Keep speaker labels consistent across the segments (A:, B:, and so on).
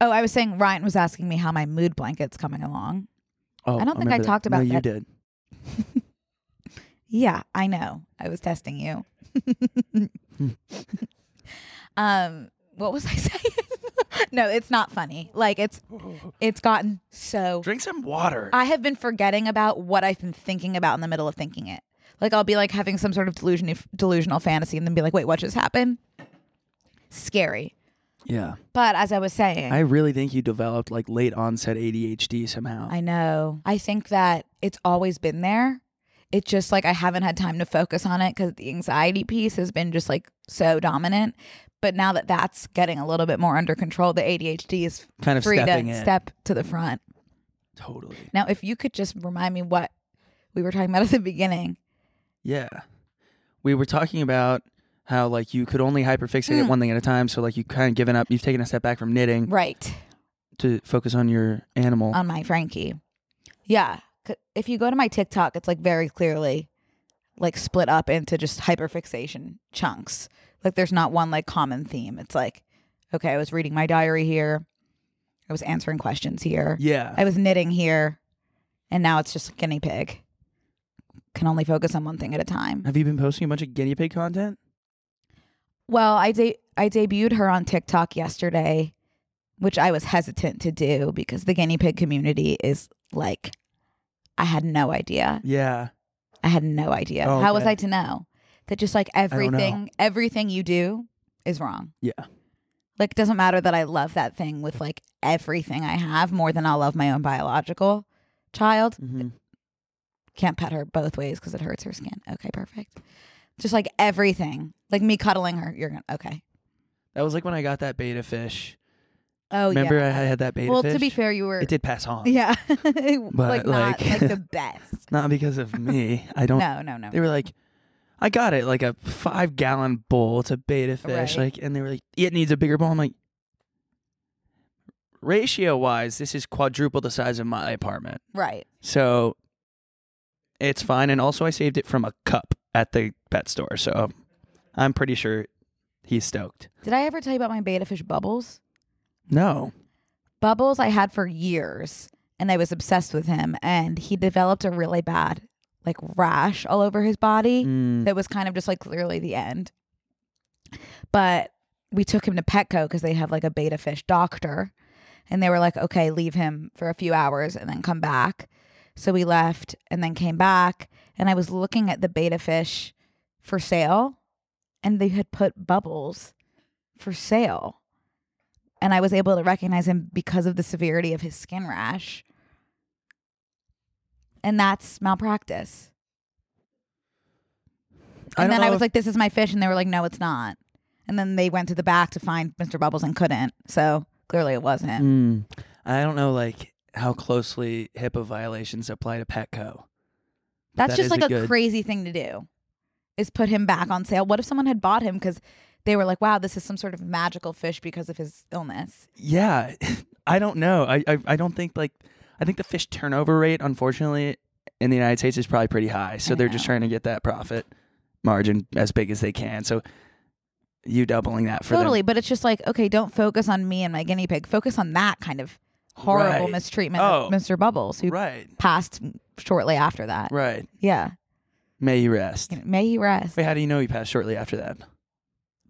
A: Oh, I was saying Ryan was asking me how my mood blanket's coming along.
B: Oh,
A: I don't think I
B: remember that.
A: talked about
B: No, you
A: that.
B: did.
A: Yeah, I know. I was testing you.
B: Hmm.
A: um, what was I saying? no, it's not funny. Like it's it's gotten so
B: Drink some water.
A: I have been forgetting about what I've been thinking about in the middle of thinking it. Like I'll be like having some sort of delusion delusional fantasy and then be like, "Wait, what just happened?" Scary.
B: yeah.
A: But as I was saying,
B: I really think you developed like late onset ADHD somehow.
A: I know. I think that it's always been there. It's just like I haven't had time to focus on it because the anxiety piece has been just like so dominant. But now that that's getting a little bit more under control, the ADHD is
B: Kind of
A: free to
B: stepping in.
A: step to the front.
B: totally.
A: Now, if you could just remind me what we were talking about at the beginning.
B: Yeah. We were talking about how like you could only hyperfixate
A: Hmm.
B: it one thing at a time. So like you kind of given up. You've taken a step back from knitting
A: Right.
B: to focus on your animal.
A: On my Frankie. Yeah. C- If you go to my TikTok, it's like very clearly like split up into just hyperfixation chunks. Like there's not one like common theme. It's like, okay, I was reading my diary here. I was answering questions here.
B: yeah.
A: I was knitting here. And now it's just guinea pig. Can only focus on one thing at a time.
B: Have you been posting a bunch of guinea pig content?
A: Well, I de- I debuted her on TikTok yesterday, which I was hesitant to do because the guinea pig community is like I had no idea.
B: Yeah.
A: I had no idea.
B: Oh,
A: How was
B: okay.
A: I to know that just like
B: know.
A: everything everything you do is wrong.
B: Yeah.
A: Like it doesn't matter that I love that thing with like everything I have more than I'll love my own biological child.
B: Mhm.
A: Can't pet her both ways because it hurts her skin. Okay, perfect. Just like everything. Like me cuddling her, you're gonna okay.
B: That was like when I got that beta fish.
A: Oh
B: Remember
A: yeah.
B: I had that beta
A: well,
B: fish?
A: to be fair, you were
B: it did pass on.
A: Yeah, but
B: like-
A: like, not like the best.
B: Not because of me. I don't.
A: No, no, no.
B: They were like, I got it, like a five gallon bowl. It's a beta fish.
A: Right.
B: Like, and they were like, it needs a bigger bowl. I'm like, ratio wise, this is quadruple the size of my apartment.
A: right.
B: So it's fine. And also, I saved it from a cup at the pet store. So I'm pretty sure he's stoked.
A: Did I ever tell you about my beta fish bubbles?
B: No.
A: Bubbles I had for years, and I was obsessed with him. And he developed a really bad like rash all over his body
B: Mm.
A: that was kind of just like clearly the end. But we took him to Petco because they have like a beta fish doctor, and they were like, "Okay, leave him for a few hours and then come back." So we left and then came back, and I was looking at the beta fish for sale, and they had put bubbles for sale. And I was able to recognize him because of the severity of his skin rash. And that's malpractice.
B: I don't
A: And then I
B: know
A: was
B: if-
A: like, this is my fish. And they were like, no, it's not. And then they went to the back to find Mr. Bubbles and couldn't. So clearly it wasn't.
B: Mm. I don't know, like, how closely HIPAA violations apply to Petco.
A: That's
B: That
A: just
B: is
A: like a
B: good-
A: crazy thing to do is put him back on sale. What if someone had bought him because they were like, wow, this is some sort of magical fish because of his illness?
B: Yeah, I don't know. I, I I don't think like I think the fish turnover rate, unfortunately, in the United States is probably pretty high. So
A: I
B: they're just
A: know.
B: trying to get that profit margin as big as they can. So you doubling that for
A: totally.
B: them.
A: But it's just like, okay, don't focus on me and my guinea pig. Focus on that kind of horrible
B: Right.
A: mistreatment
B: Oh.
A: of Mr. Bubbles, who
B: right,
A: passed shortly after that.
B: right.
A: Yeah.
B: May you rest.
A: You know, May he rest.
B: Wait, how do you know he passed shortly after that?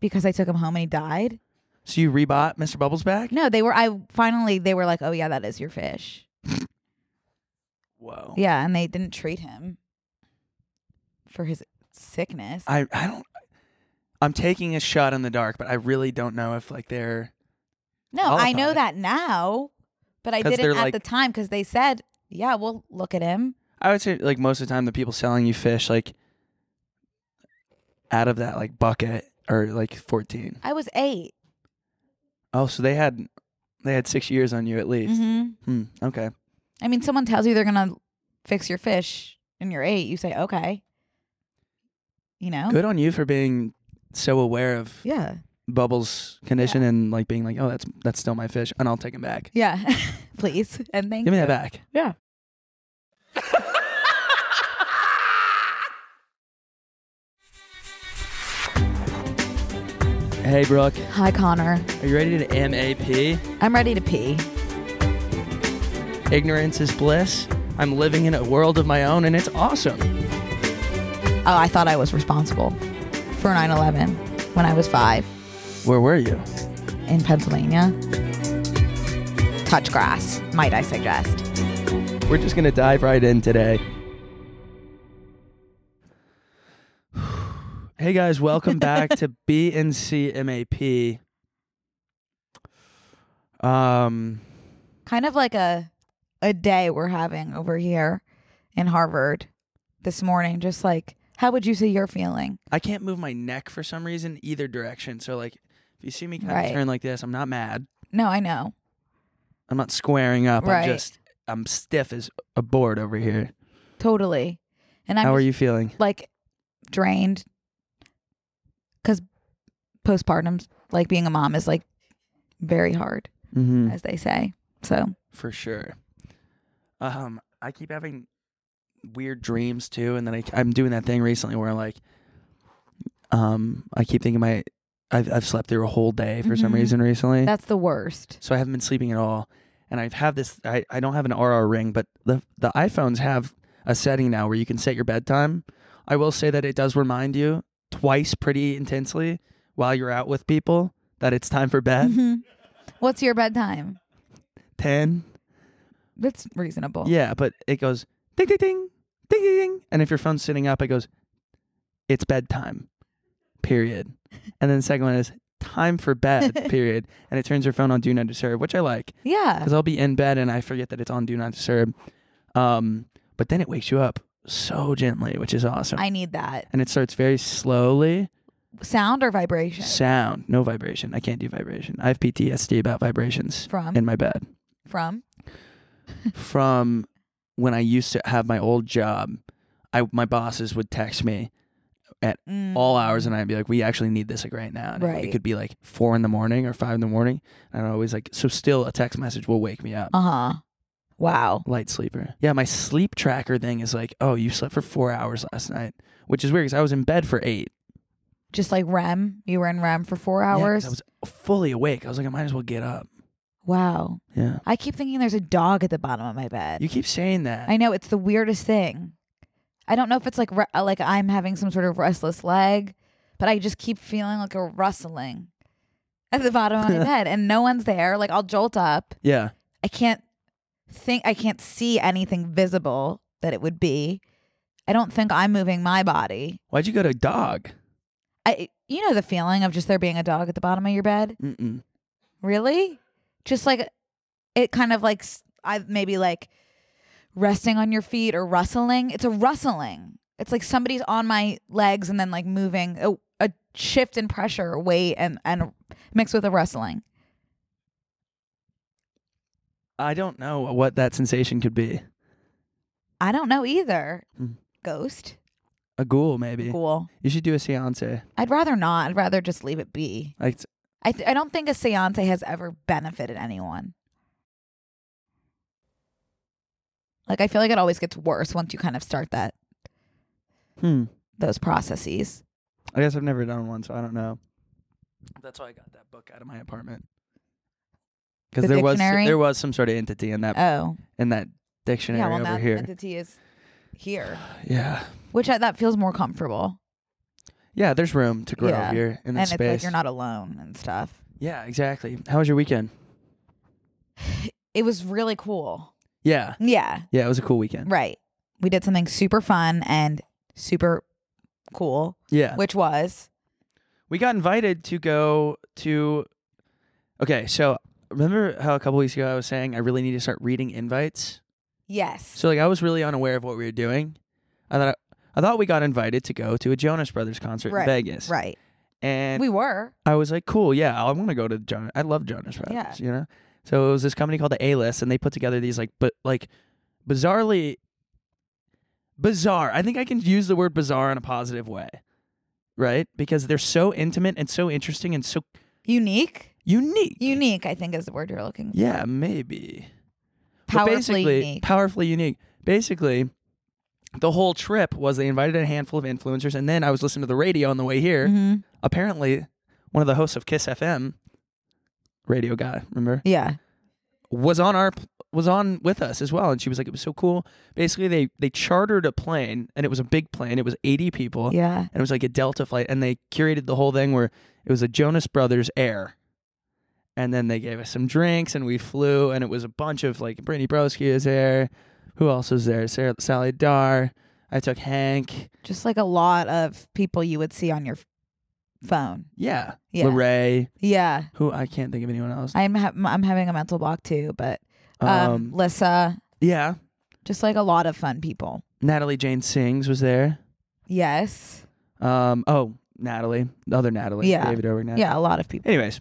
A: Because I took him home and he died.
B: So you rebought Mr. Bubbles back?
A: No, they were. I finally they were like, "Oh yeah, that is your fish."
B: Whoa.
A: Yeah, and they didn't treat him for his sickness.
B: I I don't. I'm taking a shot in the dark, but I really don't know if like they're
A: no, I
B: qualified.
A: know that now, but I
B: 'Cause
A: didn't
B: they're
A: at
B: like-
A: the time because they said, "Yeah, we'll look at him."
B: I would say like most of the time the people selling you fish like out of that like bucket or like 14.
A: I was eight.
B: Oh, so they had They had six years on you at least.
A: hmm
B: Hmm, okay.
A: I mean, someone tells you they're gonna fix your fish and you're eight. You say okay. You know.
B: Good on you for being so aware of
A: Oh. Yeah.
B: Bubbles' condition and like being like, oh, that's that's still my fish, and I'll take him back.
A: Yeah. Please and thank
B: Give me
A: you.
B: that back.
A: Mm-hmm. Yeah.
B: Hey, Brooke,
A: Hi, Connor.
B: are you ready to MAP?
A: I'm ready to pee.
B: Ignorance is bliss. I'm living in a world of my own, and it's awesome.
A: Oh, I thought I was responsible for 9/11 when I was five
B: Where were you?
A: in Pennsylvania. Touch grass, might I suggest?
B: We're just gonna dive right in today. hey guys, welcome back to BNC MAP. Um,
A: Kind of like a a day we're having over here in Harvard this morning. Just like, how would you say you're feeling?
B: I can't move my neck for some reason either direction. So like, if you see me kind
A: Right.
B: of turn like this, I'm not mad.
A: No, I know.
B: I'm not squaring up.
A: Right.
B: I'm just I'm stiff as a board over here.
A: Totally. And I'm
B: How are
A: just,
B: you feeling?
A: like drained because postpartum, like being a mom, is like very hard,
B: Mm-hmm.
A: as they say. So
B: For sure. Um, I keep having weird dreams too, and then I, I'm doing that thing recently where like, um, I keep thinking my I've I've slept through a whole day for some
A: Mhm.
B: reason recently.
A: that's the worst.
B: so I haven't been sleeping at all. And I've have this. I, I don't have an RR ring, but the the iPhones have a setting now where you can set your bedtime. I will say that it does remind you twice pretty intensely while you're out with people that it's time for bed.
A: Mhm. What's your bedtime?
B: Ten.
A: That's reasonable.
B: Yeah, but it goes ding ding ding ding ding ding, and if your phone's sitting up, it goes, it's bedtime, period. And then the second one is time for bed, period. And it turns your phone on do not disturb, which I like.
A: Yeah.
B: because I'll be in bed and I forget that it's on Do Not Disturb. Um, but then it wakes you up so gently, which is awesome.
A: I need that
B: and it starts very slowly.
A: sound or vibration
B: Sound, no vibration. I can't do vibration. I have PTSD about vibrations
A: from
B: in my bed
A: from.
B: from when I used to have my old job. I my bosses would text me
A: Mm.
B: all hours and I'd be like, "We actually need this like right now." And it- It
A: Right.
B: could be like four in the morning or five in the morning, and I always like so. Still, a text message will wake me up.
A: Uh huh. Wow.
B: light sleeper. Yeah, my sleep tracker thing is like, oh, you slept for four hours last night, which is weird because I was in bed for eight
A: Just like REM, you were in REM for four
B: Yeah, 'cause
A: hours.
B: I was fully awake. I was like, I might as well get up.
A: wow.
B: Yeah,
A: I keep thinking there's a dog at the bottom of my bed.
B: you keep saying that.
A: Uh, I know it's the weirdest thing. I don't know if it's like re- uh, like I'm having some sort of restless leg, but I just keep feeling like a rustling at the bottom of my bed, and no one's there. Like I'll jolt up.
B: yeah,
A: I can't think. I can't see anything visible that it would be. I don't think I'm moving my body.
B: why'd you go to dog?
A: I, you know, the feeling of just there being a dog at the bottom of your bed.
B: Mm-mm.
A: Really? Just like it kind of like s- I maybe like resting on your feet or rustling. It's a rustling. It's like somebody's on my legs and then like moving a, a shift in pressure, weight and and mixed with a rustling.
B: I don't know what that sensation could be.
A: I don't know either.
B: Mm.
A: Ghost.
B: A ghoul, maybe.
A: Cool.
B: You should do a seance.
A: I'd rather not. I'd rather just leave it be.
B: Like, it's-
A: I th- I don't think a séance has ever benefited anyone. Like I feel like it always gets worse once you kind of start that
B: hmm.
A: those processes.
B: I guess I've never done one, so I don't know. That's why I got that book out of my apartment.
A: The
B: Because there
A: dictionary?
B: was there was some sort of entity in that
A: Oh,
B: in that dictionary
A: yeah. Well,
B: over
A: now the
B: here.
A: entity is here,
B: yeah.
A: which I, that feels more comfortable,
B: Yeah, there's room to grow
A: Yeah.
B: here in
A: and
B: this
A: it's
B: space.
A: like you're not alone and stuff.
B: yeah, exactly. How was your weekend?
A: It was really cool.
B: Yeah,
A: Yeah,
B: yeah, it was a cool weekend.
A: right. We did something super fun and super cool,
B: Yeah,
A: which was
B: we got invited to go to. Okay, so remember how a couple weeks ago I was saying I really need to start reading invites.
A: yes,
B: So like I was really unaware of what we were doing. I thought I thought we got invited to go to a Jonas Brothers concert
A: Right,
B: in Vegas,
A: right.
B: And
A: We were
B: I was like, cool, yeah, I want to go to Jonas. I love Jonas Brothers.
A: Yeah.
B: You know, So it was this company called the A List, and they put together these like, but like, bizarrely, bizarre. I think I can use the word bizarre in a positive way, right? Because they're so intimate and so interesting and so
A: Unique?
B: unique.
A: Unique, I think, is the word you're looking for.
B: yeah, maybe. But
A: Powerfully
B: basically,
A: unique.
B: Powerfully unique. Basically, the whole trip was they invited a handful of influencers, and then I was listening to the radio on the way here.
A: hmm
B: Apparently, one of the hosts of Kiss FM, radio guy, remember?
A: Yeah.
B: was on our was on with us as well and she was like it was so cool basically they they chartered a plane and it was a big plane it was 80 people
A: Yeah.
B: and it was like a delta flight and they curated the whole thing where it was a jonas brothers air and then they gave us some drinks and we flew and it was a bunch of like brittany broski is there who else was there Sarah, sally dar i took hank
A: Just like a lot of people you would see on your f- phone.
B: yeah,
A: Yeah.
B: Lorray,
A: Yeah.
B: who i can't think of anyone else
A: I'm ha- I'm having a mental block too, but um, Lissa,
B: yeah
A: just like a lot of fun people.
B: natalie jane sings was there
A: Yes.
B: Um. Oh, Natalie, the other Natalie.
A: Yeah.
B: David Dobrik. Natalie.
A: Yeah, a lot of people.
B: Anyways,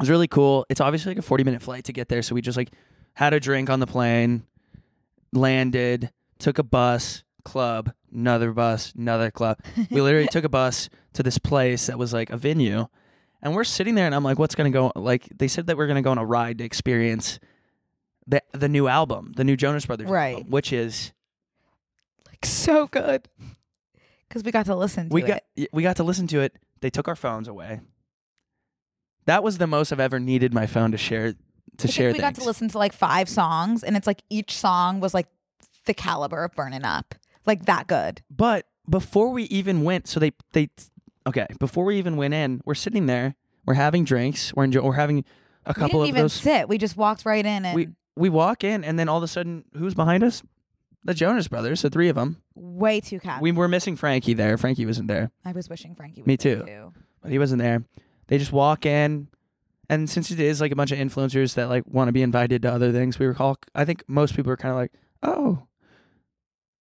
B: was really cool. It's obviously like a forty-minute flight to get there, so we just like had a drink on the plane, landed, took a bus, club, another bus, another club. We literally took a bus to this place that was like a venue, and we're sitting there, and I'm like, "What's gonna go?" Like they said that we're gonna go on a ride to experience the the new album, the new Jonas Brothers,
A: Right.
B: album, which is
A: Like so good. Cuz we got to listen to
B: we
A: it.
B: got y- we got to listen to it. They took our phones away. That was the most I've ever needed my phone to share to
A: I think
B: share.
A: we got to
B: things.
A: listen to like five songs and it's like each song was like the caliber of burning up. Like that good.
B: But before we even went, so they they okay. Before we even went in, we're sitting there. We're having drinks. We're enjoy- We're having a couple
A: we didn't
B: of
A: even
B: those.
A: sit. We just walked right in and
B: we we walk in, and then all of a sudden, who's behind us? The Jonas Brothers, the three of them.
A: way too casual.
B: We were missing Frankie there. Frankie wasn't there,
A: I was wishing Frankie was
B: Me
A: there,
B: too. but he wasn't there. They just walk in, and since it is like a bunch of influencers that like want to be invited to other things, we were all. I think most people are kind of like, oh,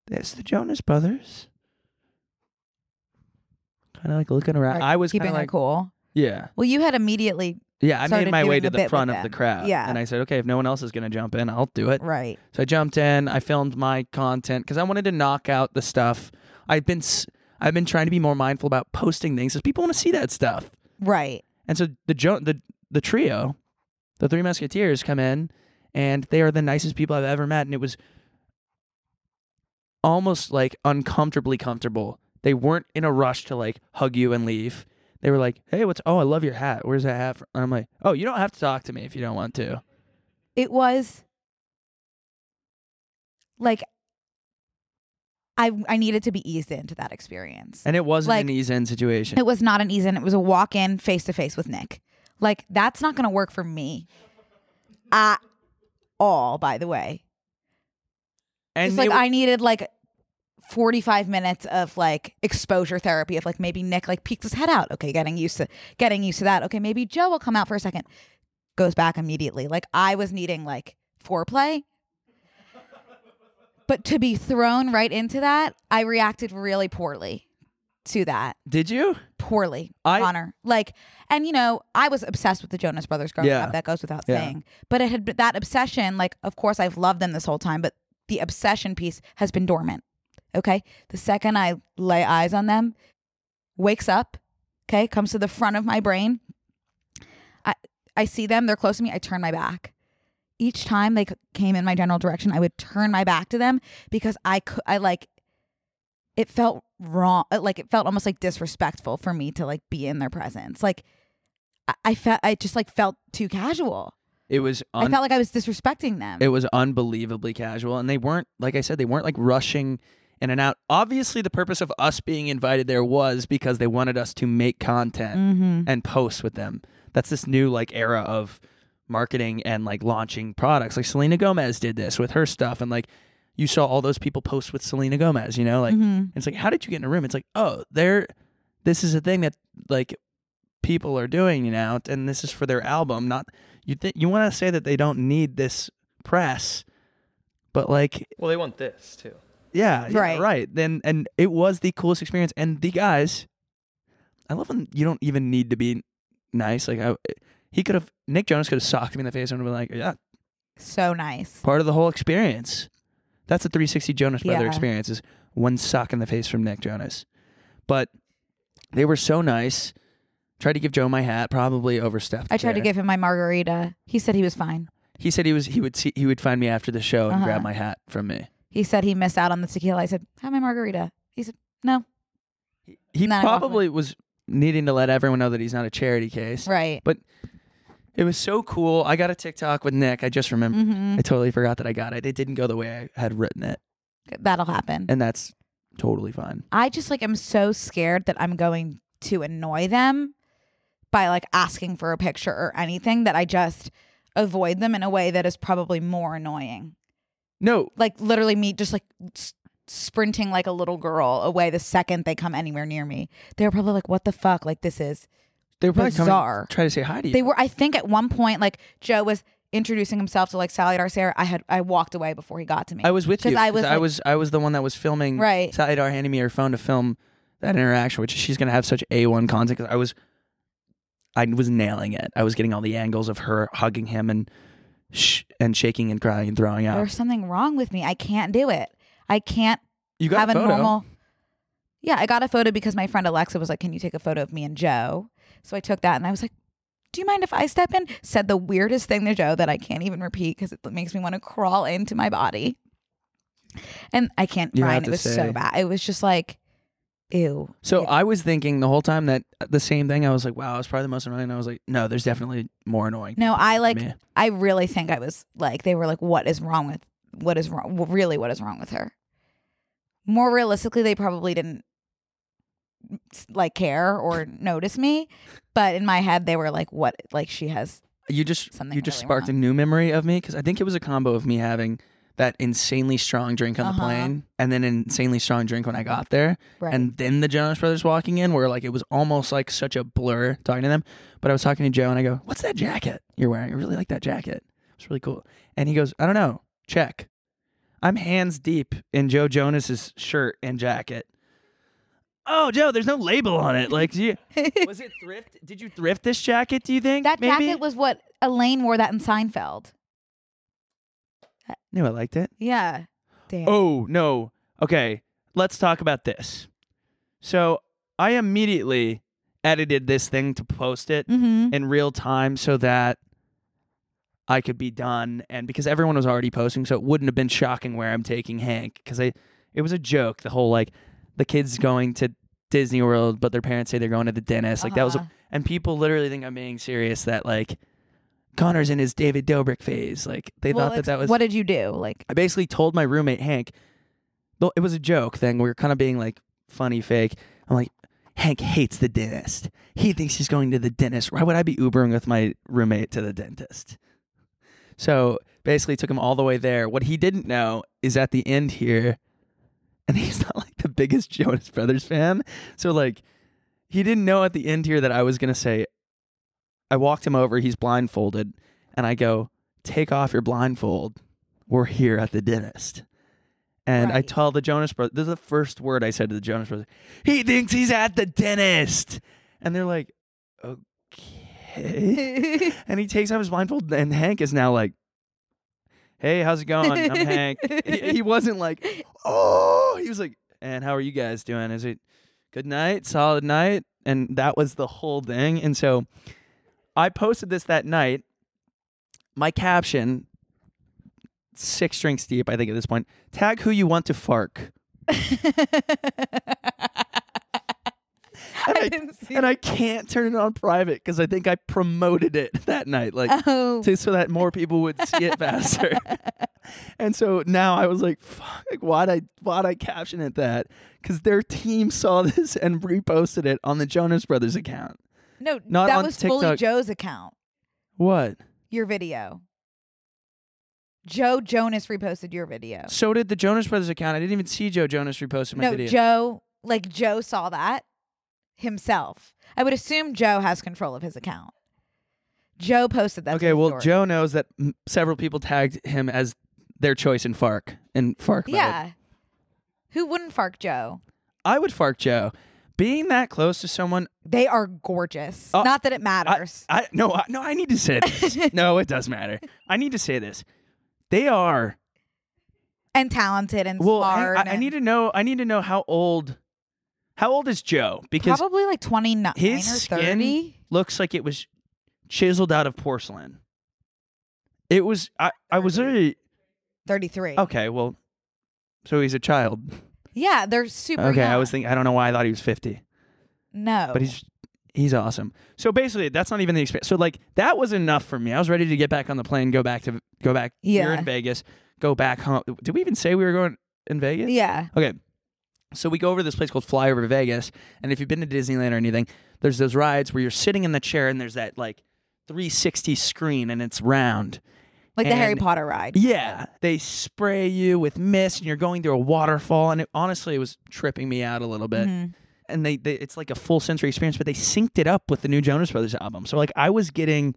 B: that's the Jonas Brothers. Kind of like looking around.
A: Like,
B: I was kind
A: keeping
B: of
A: it
B: like,
A: cool.
B: yeah.
A: Well, you had immediately
B: Yeah, I made
A: started
B: my way
A: doing
B: to
A: a bit
B: the
A: with
B: front of the
A: them.
B: crowd.
A: Yeah.
B: And I said, okay, if no one else is going to jump in, I'll do it.
A: right.
B: So I jumped in. I filmed my content because I wanted to knock out the stuff. I've been s- I've been trying to be more mindful about posting things because people want to see that stuff.
A: Right.
B: And so the jo- the the trio, the three musketeers, come in, and they are the nicest people I've ever met. And it was almost like uncomfortably comfortable. They weren't in a rush to like hug you and leave. They were like, "Hey, what's? Oh, I love your hat. Where's that hat?" From? And I'm like, "Oh, you don't have to talk to me if you don't want to."
A: It was like I I needed to be eased into that experience.
B: And it wasn't
A: Like-
B: an ease in situation.
A: It was not an ease in. It was a walk in face to face with Nick. Like that's not going to work for me at all. By the way,
B: and
A: Just
B: it
A: like
B: w-
A: I needed like. 45 minutes of like exposure therapy of like maybe Nick like peeks his head out. Okay, getting used to getting used to that. Okay, maybe Joe will come out for a second. Goes back immediately. Like I was needing like foreplay. But to be thrown right into that, I reacted really poorly to that
B: did you?
A: poorly,
B: I-
A: Connor. Like, and you know, I was obsessed with the Jonas Brothers growing
B: Yeah.
A: up. That goes without
B: Yeah.
A: saying. But it had been, that obsession. Like, of course, I've loved them this whole time, but the obsession piece has been dormant. Okay, the second I lay eyes on them, wakes up. Okay, comes to the front of my brain. I I see them. They're close to me. I turn my back. Each time they c- came in my general direction, I would turn my back to them because I could. I like it felt wrong uh, like it felt almost like disrespectful for me to like be in their presence like i, I felt i just like felt too casual
B: It was
A: i
B: un-
A: felt like i was disrespecting them
B: it was unbelievably casual, and they weren't like I said, they weren't like rushing in and out. Obviously, the purpose of us being invited there was because they wanted us to make content and post with them. That's this new like era of marketing and like launching products. Like Selena Gomez did this with her stuff, and like you saw all those people post with Selena Gomez. You know, like it's like how did you get in a room? It's like oh, they're this is a thing that like people are doing now, and this is for their album. Not you th- you want to say that they don't need this press, but like
C: Well, they want this too.
B: yeah, yeah,
A: Right.
B: right. Then and it was the coolest experience. And the guys, I love when you don't even need to be nice. Like I, he could have Nick Jonas could have socked me in the face and would have been like, yeah,
A: so nice
B: part of the whole experience. That's a 360 Jonas Brother
A: Yeah.
B: experience is one sock in the face from Nick Jonas. But they were so nice. Tried to give Joe my hat, probably overstepped.
A: i tried to
B: there.
A: give him my margarita he said he was fine
B: He said he was he would see he would find me after the show and
A: Uh-huh.
B: grab my hat from me.
A: he said he missed out on the tequila i said have my margarita he said no
B: He
A: Not enough of
B: probably was needing to let everyone know that he's not a charity case.
A: right
B: But it was so cool. I got a TikTok with Nick. I just remember.
A: Mm-hmm.
B: I totally forgot that I got it. It didn't go the way I had written it,
A: that'll happen
B: and that's totally fine.
A: I just like am so scared that I'm going to annoy them by like asking for a picture or anything that I just avoid them in a way that is probably more annoying.
B: No,
A: Like literally me just like s- sprinting like a little girl away the second they come anywhere near me. They're probably like what the fuck like this is.
B: they were probably coming
A: Bizarre.
B: to try to say hi to you.
A: They were I think at one point like Joe was introducing himself to like Sally Darcere. I had I walked away before he got to me.
B: I was with
A: 'Cause
B: you.
A: I was
B: I
A: like-
B: was I was the one that was filming.
A: Right.
B: Salidar handing me her phone to film that interaction, which she's gonna have such a one content. 'cause I was, I was nailing it. I was getting all the angles of her hugging him and sh- and shaking and crying and throwing out.
A: There's something wrong with me. I can't do it. I can't
B: You got
A: have
B: a
A: a,
B: photo.
A: normal. Yeah, I got a photo because my friend Alexa was like, "Can you take a photo of me and Joe?" So I took that, and I was like, "Do you mind if I step in?" Said the weirdest thing to Joe that I can't even repeat because it makes me want to crawl into my body. And I can't.
B: You have
A: Ryan,
B: to
A: it was
B: say-
A: so bad. It was just like, ew.
B: So
A: Yeah.
B: I was thinking the whole time that the same thing. I was like, wow, it's probably the most annoying. And I was like, no, there's definitely more annoying.
A: No,
B: people
A: I
B: than
A: like.
B: me.
A: I really think I was like they were like, "What is wrong with what is wrong? well, Really, what is wrong with her?" More realistically, they probably didn't like care or notice me, but in my head, they were like, "What? Like she has
B: you just
A: something
B: you just
A: really
B: sparked a
A: wrong.
B: new memory of me because I think it was a combo of me having that insanely strong drink on the
A: Uh-huh.
B: plane and then an insanely strong drink when I got there,
A: Right.
B: and then the Jonas Brothers walking in where like it was almost like such a blur talking to them. But I was talking to Joe and I go, "What's that jacket you're wearing? I really like that jacket. It's really cool." And he goes, "I don't know. Check." I'm hands deep in Joe Jonas's shirt and jacket. Oh, Joe, there's no label on it. Like, do you, was it thrift? Did you thrift this jacket? Do you think
A: that
B: maybe?
A: jacket was what Elaine wore that in Seinfeld."
B: knew I liked it.
A: Yeah. Damn.
B: Oh, no. Okay. Let's talk about this. So I immediately edited this thing to post it
A: Mm-hmm.
B: in real time so that I could be done. And because everyone was already posting, so it wouldn't have been shocking where I'm taking Hank because I, it was a joke. The whole like the kids going to Disney World, but their parents say they're going to the dentist. Like that was, a,
A: Uh-huh.
B: and people literally think I'm being serious that like Connor's in his David Dobrik phase. Like they
A: Well,
B: thought that
A: it's-
B: that was
A: what did you do? Like,
B: I basically told my roommate Hank, though it was a joke thing. We were kind of being like funny, fake. I'm like, Hank hates the dentist. He thinks he's going to the dentist. Why would I be Ubering with my roommate to the dentist? So basically, took him all the way there. What he didn't know is at the end here, and he's not like the biggest Jonas Brothers fan. So like, he didn't know at the end here that I was gonna say. I walked him over. He's blindfolded, and I go, "Take off your blindfold." we're here at the dentist. And I
A: Right.
B: tell the Jonas Brothers, this is the first word I said to the Jonas Brothers, he thinks he's at the dentist. And they're like, okay. and he takes off his blindfold, and Hank is now like, hey, how's it going? I'm Hank. He, he wasn't like, oh, he was like, and how are you guys doing? Is it good night, solid night? And that was the whole thing. And so I posted this that night. My caption six drinks deep, I think, at this point. Tag who you want to fark. And
A: I didn't see
B: and I can't turn it on private because I think I promoted it that night, like
A: Oh.
B: to, so that more people would see it faster. and so now I was like, "Fuck! Like, why'd I why'd I caption it that?" Because their team saw this and reposted it on the Jonas Brothers account.
A: No,
B: Not
A: that
B: on
A: was fully
B: TikTok.
A: Joe's account.
B: What?
A: Your video. Joe Jonas reposted your video.
B: So did the Jonas Brothers account. I didn't even see Joe Jonas reposted my
A: no,
B: video.
A: Joe, like Joe saw that himself. I would assume Joe has control of his account. Joe posted that. to
B: okay,
A: his
B: well,
A: story.
B: Joe knows that mm, several people tagged him as their choice in Fark and Fark. mode.
A: Yeah. Who wouldn't fark Joe?
B: I would Fark Joe. Being that close to someone
A: They are gorgeous.
B: Oh,
A: Not that it
B: I,
A: matters.
B: I no, I, no, I need to say this. no, it does matter. I need to say this. They are
A: and talented and
B: well. hang-
A: smart.
B: I, I
A: and
B: need to know. I need to know how old. How old is Joe? Because
A: probably like 29
B: his
A: or
B: skin
A: 30.
B: looks like it was chiseled out of porcelain. It was. I. I was literally
A: 33.
B: okay. Well, so he's a child.
A: Yeah, they're super
B: Okay, I
A: young.
B: was thinking. I don't know why I thought he was fifty.
A: No.
B: but he's he's awesome. So basically, that's not even the experience. So like that was enough for me. I was ready to get back on the plane, go back to go back here
A: Yeah.
B: in Vegas, go back home. Did we even say we were going in Vegas?
A: Yeah.
B: Okay. So we go over to this place called Flyover Vegas, and if you've been to Disneyland or anything, there's those rides where you're sitting in the chair and there's that like 360 screen and it's round.
A: Like the Harry
B: And-
A: Potter ride.
B: Yeah, they spray you with mist, and you're going through a waterfall, and it honestly it was tripping me out a little bit.
A: Mm-hmm.
B: And they, they, it's like a full sensory experience, but they synced it up with the new Jonas Brothers album. So like I was getting,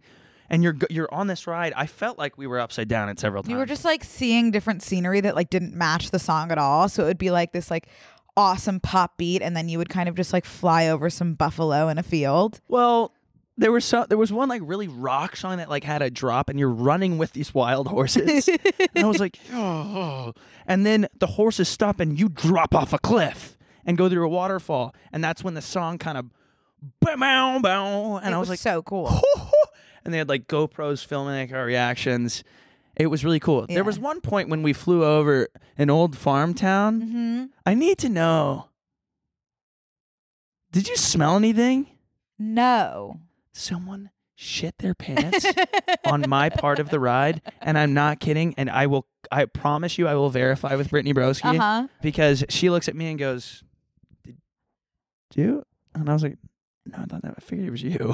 B: and you're go- you're on this ride. I felt like we were upside down at several times.
A: You were just like seeing different scenery that like didn't match the song at all. So it would be like this like awesome pop beat and then you would kind of just like fly over some buffalo in a field.
B: well. There was so there was one like really rock song that like had a drop and you're running with these wild horses and I was like oh and then the horses stop and you drop off a cliff and go through a waterfall and that's when the song kind of bam bow, bow, and
A: it
B: I was like
A: so cool.
B: and they had like GoPros filming like our reactions. It was really cool.
A: Yeah.
B: There was one point when we flew over an old farm town.
A: Mm-hmm.
B: I need to know. Did you smell anything?
A: No.
B: Someone shit their pants on my part of the ride, and I'm not kidding. And I will. I promise you, I will verify with Brittany Broski
A: Uh-huh.
B: because she looks at me and goes, "Did you?" And I was like, "No, I thought that. I figured it was you."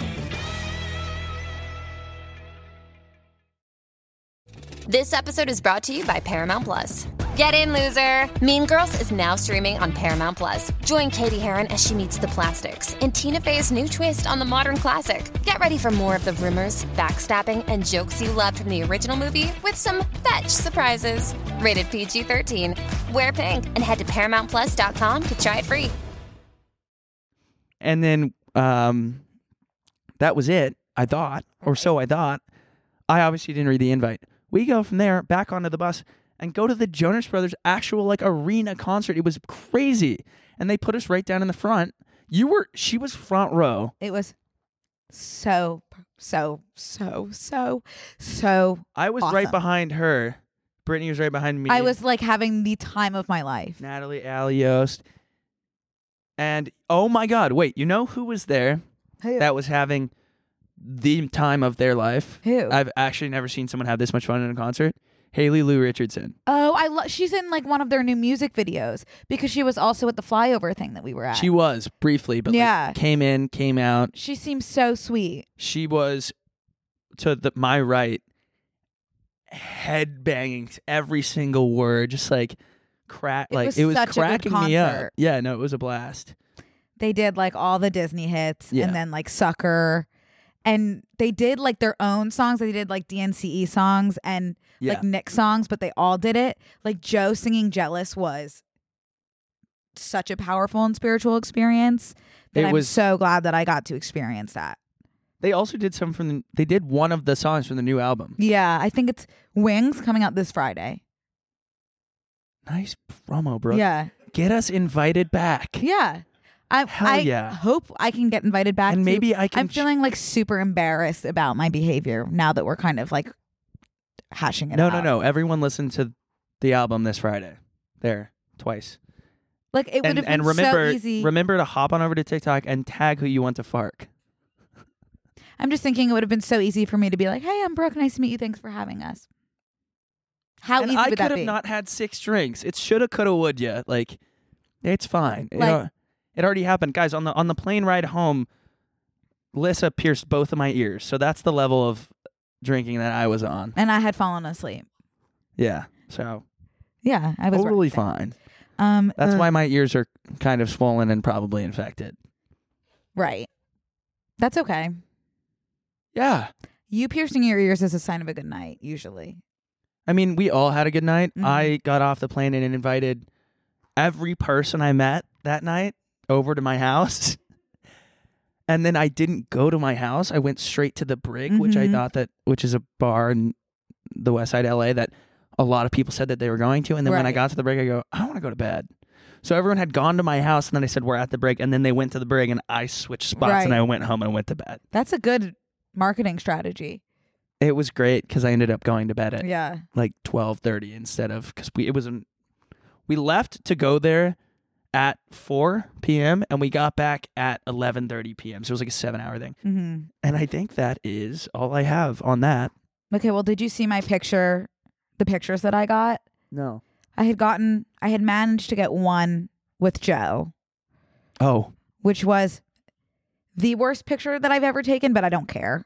D: This episode is brought to you by Paramount Plus. Get in, loser! Mean Girls is now streaming on Paramount Plus. Join Katie Heron as she meets the plastics in Tina Fey's new twist on the modern classic. Get ready for more of the rumors, backstabbing, and jokes you loved from the original movie with some fetch surprises. Rated PG 13. Wear pink and head to ParamountPlus.com to try it free.
B: and then um, that was it. I thought, or so I thought. I obviously didn't read the invite. We go from there back onto the bus and go to the Jonas Brothers actual like arena concert. It was crazy, and they put us right down in the front. You were, she was front row.
A: It was so so so so so
B: I was right
A: Awesome.
B: behind her. Brittany was right behind me.
A: I was like having the time of my life.
B: Natalie Aliost. And oh my God, wait, you know who was there?
A: Who?
B: that was having the time of their life.
A: Who?
B: I've actually never seen someone have this much fun in a concert. Haley Lou Richardson.
A: Oh, I love. She's in like one of their new music videos because she was also at the flyover thing that we were at.
B: She was briefly, but like,
A: Yeah.
B: came in, came out.
A: she seems so sweet.
B: She was to the, my right, headbanging every single word, just like crack.
A: It
B: like
A: was
B: it was
A: such a good
B: cracking me up.
A: concert.
B: Yeah, no, it was a blast.
A: They did like all the Disney hits
B: Yeah.
A: and then like Sucker, and they did like their own songs. They did like DNCE E songs and
B: Yeah.
A: like Nick songs, but they all did it. Like Joe singing "Jealous" was such a powerful and spiritual experience that
B: It
A: I'm
B: was-
A: so glad that I got to experience that.
B: They also did some from the, they did one of the songs from the new album.
A: Yeah, I think it's Wings coming out this Friday.
B: Nice promo, bro.
A: Yeah,
B: Get us invited back.
A: yeah. I,
B: Hell
A: I
B: yeah.
A: hope I can get invited back.
B: And
A: to-
B: maybe I can
A: I'm
B: ch-
A: feeling like super embarrassed about my behavior now that we're kind of like hashing it
B: No,
A: out.
B: no, no. Everyone listen to the album this Friday. There, twice.
A: Like it would
B: and
A: have been
B: and remember
A: so easy.
B: remember to hop on over to TikTok and tag who you want to fark.
A: I'm just thinking it would have been so easy for me to be like, "Hey, I'm Brooke. Nice to meet you. Thanks for having us." How
B: and
A: easy
B: I
A: would
B: could
A: that
B: have
A: be?
B: not had six drinks. It shoulda, coulda, would ya? Like, it's fine. It
A: Like-
B: al- it already happened, guys. On the on the plane ride home, Lissa pierced both of my ears. So that's the level of drinking that I was on.
A: and I had fallen asleep.
B: Yeah. So
A: Yeah, I was
B: totally
A: working.
B: fine.
A: Um,
B: That's
A: uh,
B: why my ears are kind of swollen and probably infected.
A: Right. That's okay.
B: Yeah.
A: You piercing your ears is a sign of a good night, usually.
B: I mean, we all had a good night.
A: Mhm.
B: I got off the plane and invited every person I met that night over to my house. And then I didn't go to my house. I went straight to the Brig, which I
A: Mhm.
B: thought that which is a bar in the West Side LA that a lot of people said that they were going to. And then when I
A: Right.
B: got to the Brig, I go, I want to go to bed. So everyone had gone to my house, and then I said we're at the Brig, and then they went to the Brig, and I switched spots, and
A: Right.
B: I went home and went to bed.
A: That's a good marketing strategy.
B: It was great because I ended up going to bed at
A: Yeah.
B: like 12:30 instead of cuz we it was an we left to go there at 4 p.m. and we got back at 11:30 p.m. So it was like a 7-hour thing.
A: hmm
B: And I think that is all I have on that.
A: Okay. Well, did you see my picture? The pictures that I got?
B: No.
A: I had gotten, I had managed to get one with Joe,
B: Oh,
A: which was the worst picture that I've ever taken, but I don't care.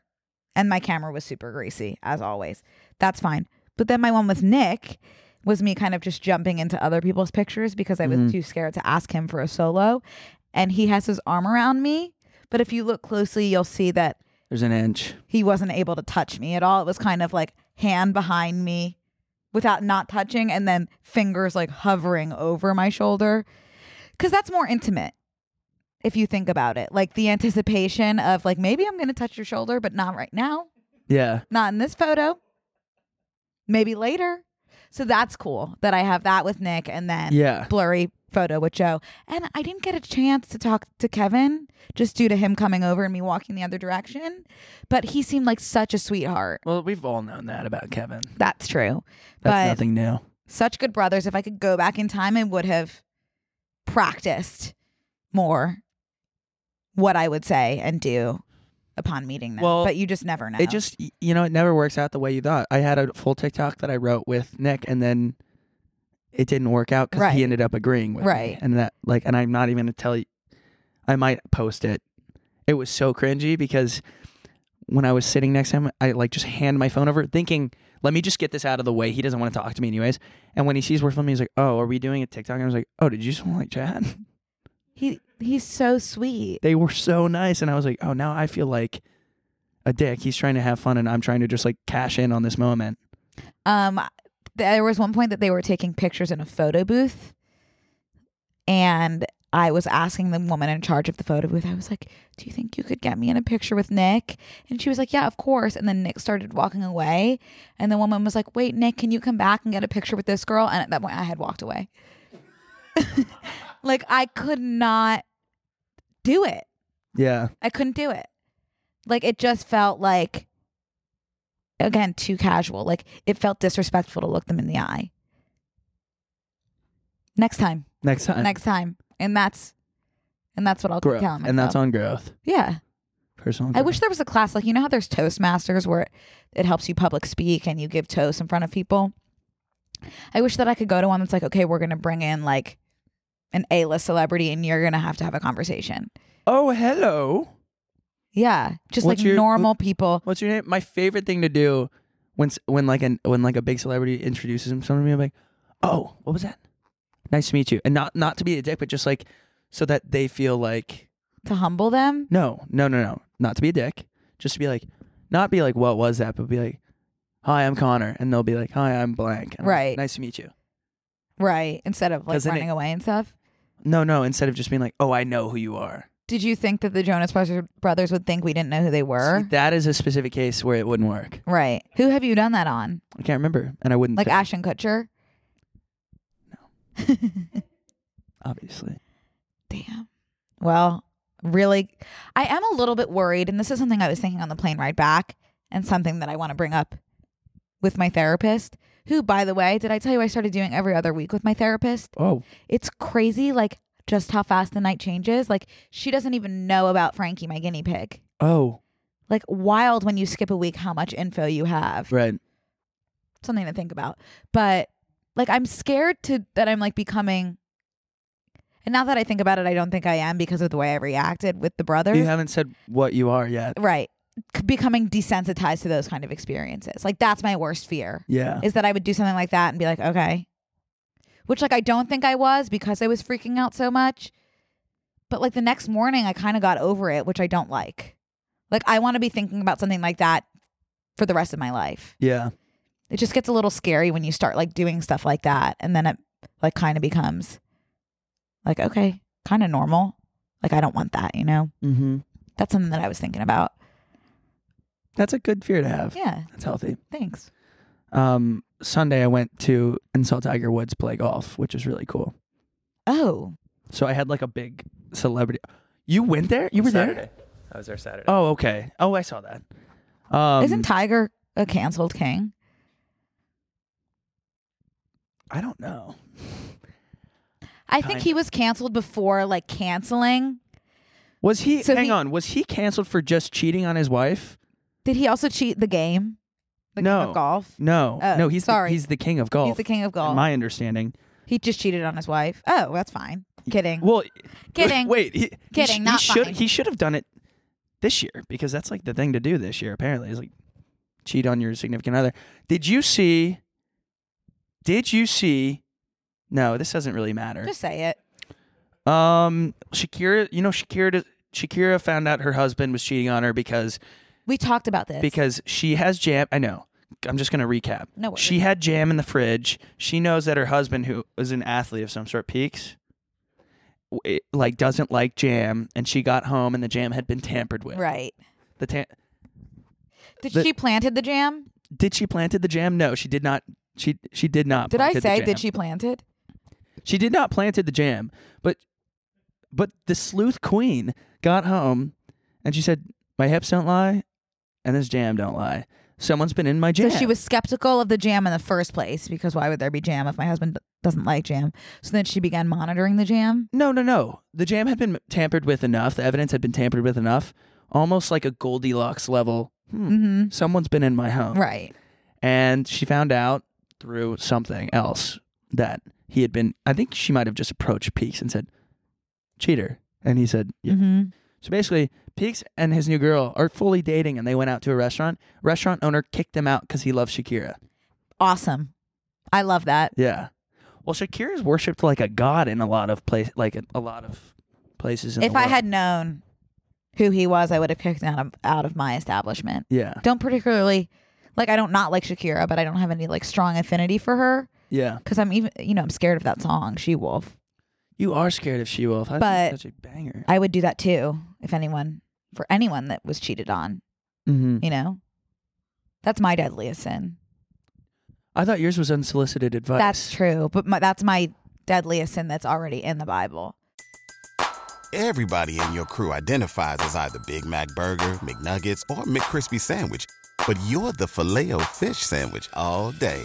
A: And my camera was super greasy, as always. That's fine. But then my one with Nick was me kind of just jumping into other people's pictures because I was
B: Mhm.
A: too scared to ask him for a solo. And he has his arm around me. But if you look closely, you'll see that
B: there's an inch.
A: he wasn't able to touch me at all. It was kind of like hand behind me without not touching and then fingers like hovering over my shoulder. Cause that's more intimate if you think about it. Like the anticipation of like maybe I'm gonna touch your shoulder, but not right now,
B: Yeah.
A: not in this photo, maybe later. So that's cool that I have that with Nick and then
B: Yeah.
A: blurry photo with Joe. And I didn't get a chance to talk to Kevin just due to him coming over and me walking the other direction. But he seemed like such a sweetheart.
B: Well, we've all known that about Kevin.
A: That's true.
B: That's
A: but
B: nothing new.
A: such good brothers. If I could go back in time, I would have practiced more what I would say and do upon meeting them.
B: Well,
A: but you just never know.
B: It just y- you know, it never works out the way you thought. I had a full TikTok that I wrote with Nick and then it didn't work out cuz
A: Right.
B: he ended up agreeing with me.
A: Right.
B: And that like and I'm not even going to tell you I might post it. It was so cringy because when I was sitting next to him, I like just hand my phone over thinking, "Let me just get this out of the way. He doesn't want to talk to me anyways." And when he sees we're filming, he's like, "Oh, are we doing a TikTok?" And I was like, "Oh, did you just want to like chat?"
A: he he's so sweet.
B: they were so nice and i was like oh now i feel like a dick he's trying to have fun and i'm trying to just like cash in on this moment
A: Um, there was one point that they were taking pictures in a photo booth, and I was asking the woman in charge of the photo booth. I was like, "Do you think you could get me in a picture with Nick?" And she was like, "Yeah, of course." And then Nick started walking away, and the woman was like, "Wait, Nick, can you come back and get a picture with this girl?" And at that point, I had walked away. like I could not do it.
B: yeah
A: I couldn't do it. Like it just felt like again, too casual. Like it felt disrespectful to look them in the eye. Next time.
B: next time
A: next time. And that's and that's what I'll keep
B: growth
A: telling myself.
B: and that's on growth
A: Yeah.
B: personal
A: I
B: growth.
A: wish there was a class like you know how there's Toastmasters where it, it helps you public speak and you give toasts in front of people. I wish that I could go to one that's like, okay, we're gonna bring in like an A list celebrity and you're gonna have to have a conversation.
B: oh hello
A: Yeah. Just
B: What's
A: like
B: your-
A: normal people.
B: what's your name my favorite thing to do when s- when like an when like a big celebrity introduces himself to me i'm like oh what was that nice to meet you and not not to be a dick but just like so that they feel like
A: To humble them.
B: No, no, no, no. Not to be a dick. Just to be like, not be like, what was that? But be like, hi, I'm Connor. And they'll be like, hi, I'm blank. And I'm like,
A: Right.
B: nice to meet you.
A: Right. Instead of like
B: 'Cause then
A: running
B: it-
A: away and stuff.
B: no, no. Instead of just being like, oh, I know who you are.
A: Did you think that the Jonas Brothers- Brothers would think we didn't know who they were?
B: See, that is a specific case where it wouldn't work.
A: right. Who have you done that on?
B: I can't remember, and I wouldn't
A: Like
B: think,
A: Ashton Kutcher?
B: obviously.
A: Damn. Well, really, I am a little bit worried, and this is something I was thinking on the plane ride back, and something that I want to bring up with my therapist. Who, by the way, did I tell you I started doing every other week with my therapist?
B: Oh,
A: It's crazy, like just how fast the night changes. Like she doesn't even know about Frankie, my guinea pig.
B: oh,
A: Like wild when you skip a week, how much info you have.
B: right.
A: Something to think about. But like I'm scared to that I'm like becoming. And now that I think about it, I don't think I am because of the way I reacted with the brothers.
B: You haven't said what you are yet.
A: right C- becoming desensitized to those kind of experiences like that's my worst fear
B: Yeah.
A: is that i would do something like that and be like okay which like i don't think i was because i was freaking out so much but like the next morning i kind of got over it which i don't like like i want to be thinking about something like that for the rest of my life
B: yeah.
A: it just gets a little scary when you start like doing stuff like that and then it like kind of becomes like okay kind of normal like i don't want that you know
B: Mm-hmm.
A: that's something that i was thinking about
B: That's a good fear to have.
A: yeah
B: That's healthy.
A: thanks
B: Um, Sunday I went to and saw Tiger Woods play golf, which is really cool.
A: Oh,
B: So I had like a big celebrity. You went there? You were there?
E: I was there Saturday.
B: Oh, okay. Oh, I saw that. Um,
A: isn't Tiger a canceled king?
B: I don't know.
A: I think he was canceled before like canceling.
B: Was he?
A: So
B: hang
A: he-
B: on. Was he canceled for just cheating on his wife?
A: Did he also cheat the game? The
B: no.
A: king of golf.
B: No.
A: Oh,
B: no. He's
A: sorry.
B: The, he's the king of golf.
A: He's the king of golf.
B: In my understanding.
A: he just cheated on his wife. Oh, that's fine. Kidding.
B: Well,
A: Kidding.
B: Wait. He, He,
A: Kidding,
B: sh-
A: not
B: he should.
A: fine.
B: He should have done it this year because that's like the thing to do this year. Apparently, is like cheat on your significant other. Did you see? Did you see? No, this doesn't really matter.
A: just say it.
B: Um, Shakira, you know Shakira. Shakira found out her husband was cheating on her because
A: We talked about this.
B: because she has jam. I know. I'm just gonna recap.
A: No worries.
B: she had jam in the fridge. She knows that her husband, who is an athlete of some sort, peaks. w- It, like doesn't like jam, and she got home, and the jam had been tampered with.
A: right.
B: The ta-
A: Did
B: The-
A: she planted the jam?
B: did she planted the jam? No, she did not. She she did not.
A: Did I
B: planted the
A: say
B: jam.
A: did she plant it?
B: She did not planted the jam, but but the sleuth queen got home and she said, "My hips don't lie, and this jam don't lie. Someone's been in my jam."
A: So she was skeptical of the jam in the first place because why would there be jam if my husband d- doesn't like jam? So then she began monitoring the jam.
B: no, no, no. The jam had been tampered with enough. The evidence had been tampered with enough, almost like a Goldilocks level. Hmm,
A: Mm-hmm.
B: Someone's been in my home,
A: Right.
B: and she found out through something else that he had been. I think she might have just approached Peaks and said, "Cheater," and he said, "Yeah."
A: Mm-hmm.
B: So basically, Peaks and his new girl are fully dating, and they went out to a restaurant. Restaurant owner kicked them out because he loves Shakira.
A: Awesome. I love that.
B: Yeah. Well, Shakira's worshipped like a god in a lot of place, like a, a lot of places. In
A: if
B: the
A: I
B: world.
A: had known who he was, I would have kicked him out of, out of my establishment.
B: yeah,
A: Don't particularly like I don't not like Shakira, but I don't have any like strong affinity for her
B: yeah,
A: because I'm even you know I'm scared of that song She Wolf.
B: you are scared of She Wolf.
A: But-
B: such a banger.
A: I would do that too if anyone for anyone that was cheated on.
B: hmm
A: You know, that's my deadliest sin.
B: I thought yours was unsolicited advice.
A: That's true, but my, that's my deadliest sin that's already in the Bible.
F: Everybody in your crew identifies as either Big Mac Burger, McNuggets, or McCrispy Sandwich. But you're the filet fish Sandwich all day.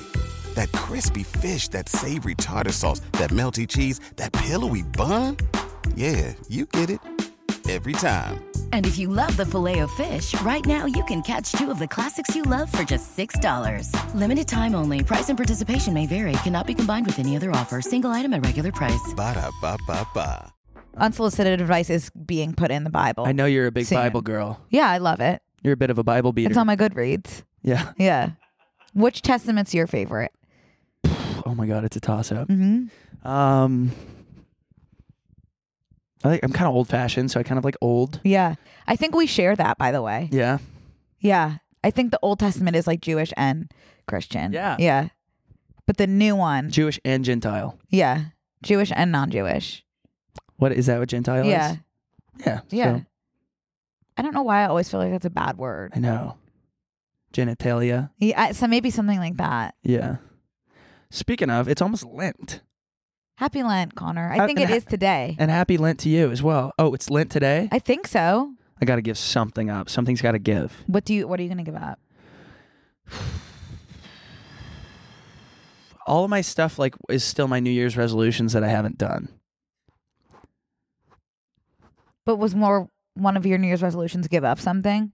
F: That crispy fish, that savory tartar sauce, that melty cheese, that pillowy bun. Yeah, you get it. Every time.
G: And if you love the filet of fish, right now you can catch two of the classics you love for just $6. Limited time only. Price and participation may vary. Cannot be combined with any other offer. Single item at regular price.
F: Ba-da-ba-ba-ba.
A: Unsolicited advice is being put in the Bible.
B: I know you're a big
A: Sam.
B: Bible girl.
A: Yeah, I love it.
B: You're a bit of a Bible beater.
A: It's on my Goodreads.
B: yeah.
A: Yeah. Which testament's your favorite?
B: Oh my God, it's a toss up.
A: Mm-hmm.
B: Um, I think I'm kind of old fashioned, so I kind of like old.
A: Yeah. I think we share that, by the way.
B: Yeah.
A: Yeah. I think the Old Testament is like Jewish and Christian.
B: Yeah.
A: Yeah. But the new one,
B: Jewish and Gentile.
A: yeah, Jewish and non Jewish.
B: What is that? What Gentile
A: Yeah.
B: is? Yeah.
A: Yeah.
B: so,
A: I don't know why I always feel like that's a bad word.
B: I know. Genitalia.
A: Yeah, I- so maybe something like that.
B: Yeah. Speaking of, it's almost Lent.
A: Happy Lent, Connor. I
B: Ha-
A: think
B: and
A: it
B: Uh, ha-
A: is today.
B: And happy Lent to you as well. Oh, it's Lent today?
A: I think so.
B: I got to give something up. Something's got to give.
A: What do you what are you gonna give up?
B: All of my stuff like is still my New Year's resolutions that I haven't done.
A: But was more one of your New Year's resolutions give up something?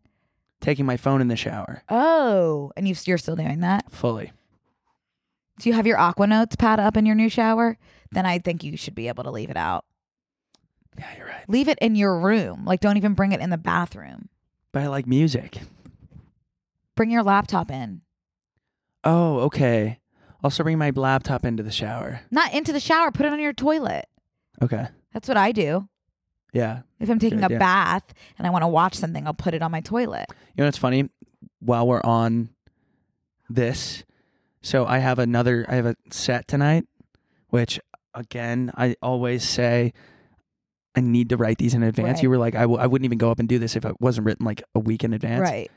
B: Taking my phone in the shower
A: Oh, and you've, you're still doing that.
B: fully.
A: Do you have your aqua notes pad up in your new shower? Then I think you should be able to leave it out.
B: Yeah, you're right.
A: Leave it in your room. Like, don't even bring it in the bathroom.
B: But I like music.
A: Bring your laptop in.
B: Oh, okay. Also bring my laptop into the shower.
A: Not into the shower. Put it on your toilet.
B: Okay.
A: That's what I do.
B: Yeah.
A: If I'm taking
B: Good,
A: a
B: yeah.
A: bath and I want to watch something, I'll put it on my toilet.
B: You know what's funny? While we're on this, so I have another. I have a set tonight, which again I always say I need to write these in advance.
A: Right.
B: You were like, I w- I wouldn't even go up and do this if it wasn't written like a week in advance.
A: Right.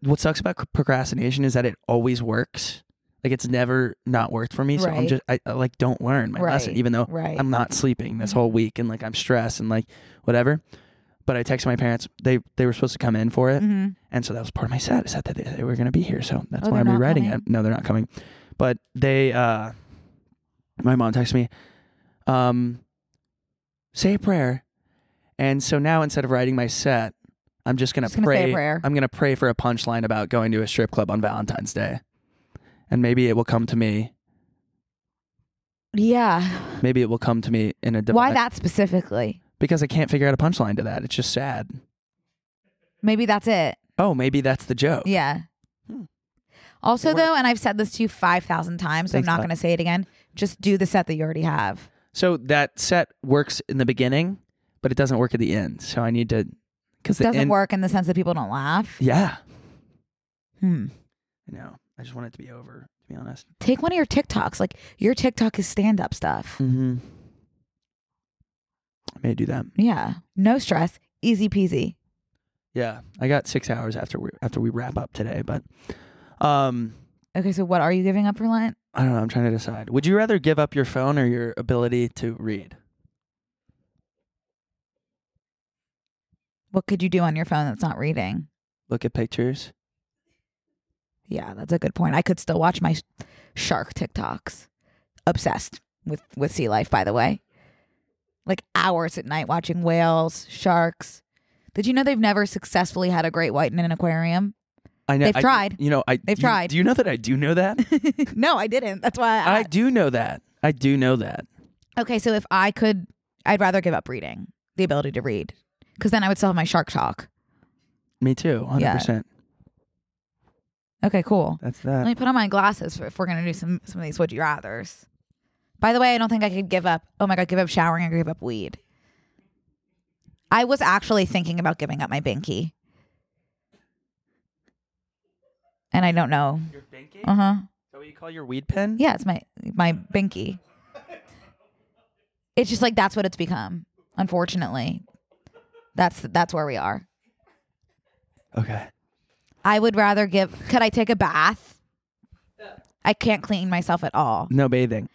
B: What sucks about c- procrastination is that it always works. Like it's never not worked for me. So I'm
A: Right.
B: just I, I like don't learn my lesson,
A: Right,
B: even though
A: right. Mm-hmm.
B: I'm not sleeping this whole week and like I'm stressed and like whatever. But I texted my parents. They they were supposed to come in for it.
A: Mm-hmm.
B: And so that was part of my set. Is that they, they were going to be here, so that's
A: Oh,
B: why
A: they're
B: I'm
A: not
B: rewriting
A: coming?
B: it. No, they're not coming. But they, uh my mom texted me, um, say a prayer. And so now instead of writing my set, I'm just going to
A: Just gonna say a
B: pray.
A: prayer.
B: I'm going to pray for a punchline about going to a strip club on Valentine's Day, and maybe it will come to me.
A: Yeah.
B: Maybe it will come to me in a divine.
A: Why that specifically?
B: Because I can't figure out a punchline to that. It's just sad.
A: Maybe that's it.
B: Oh, maybe that's the joke.
A: Yeah.
B: Hmm.
A: Also,
B: It worked.
A: though, and I've said this to you 5,000 times, so I'm
B: Thanks,
A: not
B: Todd.
A: going to say it again. Just do the set that you already have.
B: So that set works in the beginning, but it doesn't work at the end. So I need to because
A: It doesn't
B: the end,
A: work in the sense that people don't laugh.
B: Yeah,
A: Hmm.
B: I know. I just want it to be over. To be honest.
A: Take one of your TikToks. Like, your TikTok is stand up stuff.
B: Mm-hmm. I may do that.
A: Yeah. No stress. Easy peasy.
B: Yeah, I got six hours after we after we wrap up today, but um,
A: Okay, so what are you giving up for Lent?
B: I don't know. I'm trying to decide. Would you rather give up your phone or your ability to read?
A: What could you do on your phone that's not reading?
B: Look at pictures.
A: Yeah, that's a good point. I could still watch my sh- shark TikToks. Obsessed with with sea life, by the way. Like hours at night watching whales, sharks. Did you know they've never successfully had a great white in an aquarium?
B: I know
A: They've
B: I-
A: tried.
B: You know, I
A: They've
B: you-
A: tried.
B: Do you know that I do know that?
A: no, I didn't. That's why I,
B: I do know that. I do know that.
A: Okay, so if I could I'd rather give up reading, the ability to read. Cuz then I would still have my shark talk.
B: Me too. 100. percent
A: Okay, cool.
B: That's that.
A: Let me put on my glasses for if we're gonna do some some of these would you rather's. By the way, I don't think I could give up. Oh my god, give up showering or give up weed. I was actually thinking about giving up my binky, and I don't know.
B: Your binky?
A: Uh huh.
B: Is that what you call your weed pen?
A: Yeah, it's my my binky. It's just like that's what it's become. Unfortunately, that's that's where we are.
B: Okay.
A: I would rather give. Could I take a bath? I can't clean myself at all.
B: No bathing.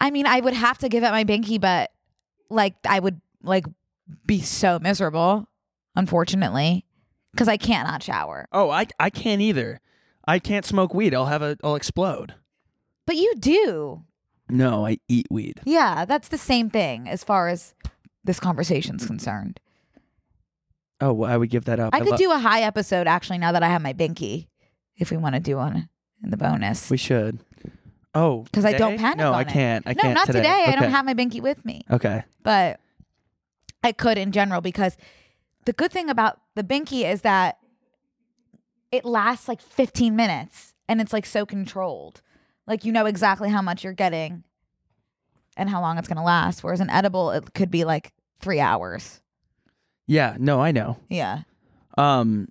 A: I mean, I would have to give up my binky, but like I would like be so miserable, unfortunately, because I can't not shower.
B: Oh, I I can't either. I can't smoke weed. I'll have a I'll explode.
A: But you do.
B: No, I eat weed.
A: Yeah, that's the same thing as far as this conversation's concerned.
B: Oh, well, I would give that up.
A: I could
B: lo-
A: do a high episode actually now that I have my binky, if we want to do one in the bonus.
B: We should. Oh,
A: Because I don't
B: today?
A: panic.
B: No,
A: on
B: I
A: it.
B: can't. I
A: no,
B: can't
A: not today. I don't
B: Okay.
A: have my binky with me.
B: Okay.
A: but I could in general because the good thing about the binky is that it lasts like 15 minutes and it's like so controlled. Like you know exactly how much you're getting and how long it's going to last. Whereas an edible, it could be like three hours.
B: Yeah. No, I know.
A: Yeah.
B: Um,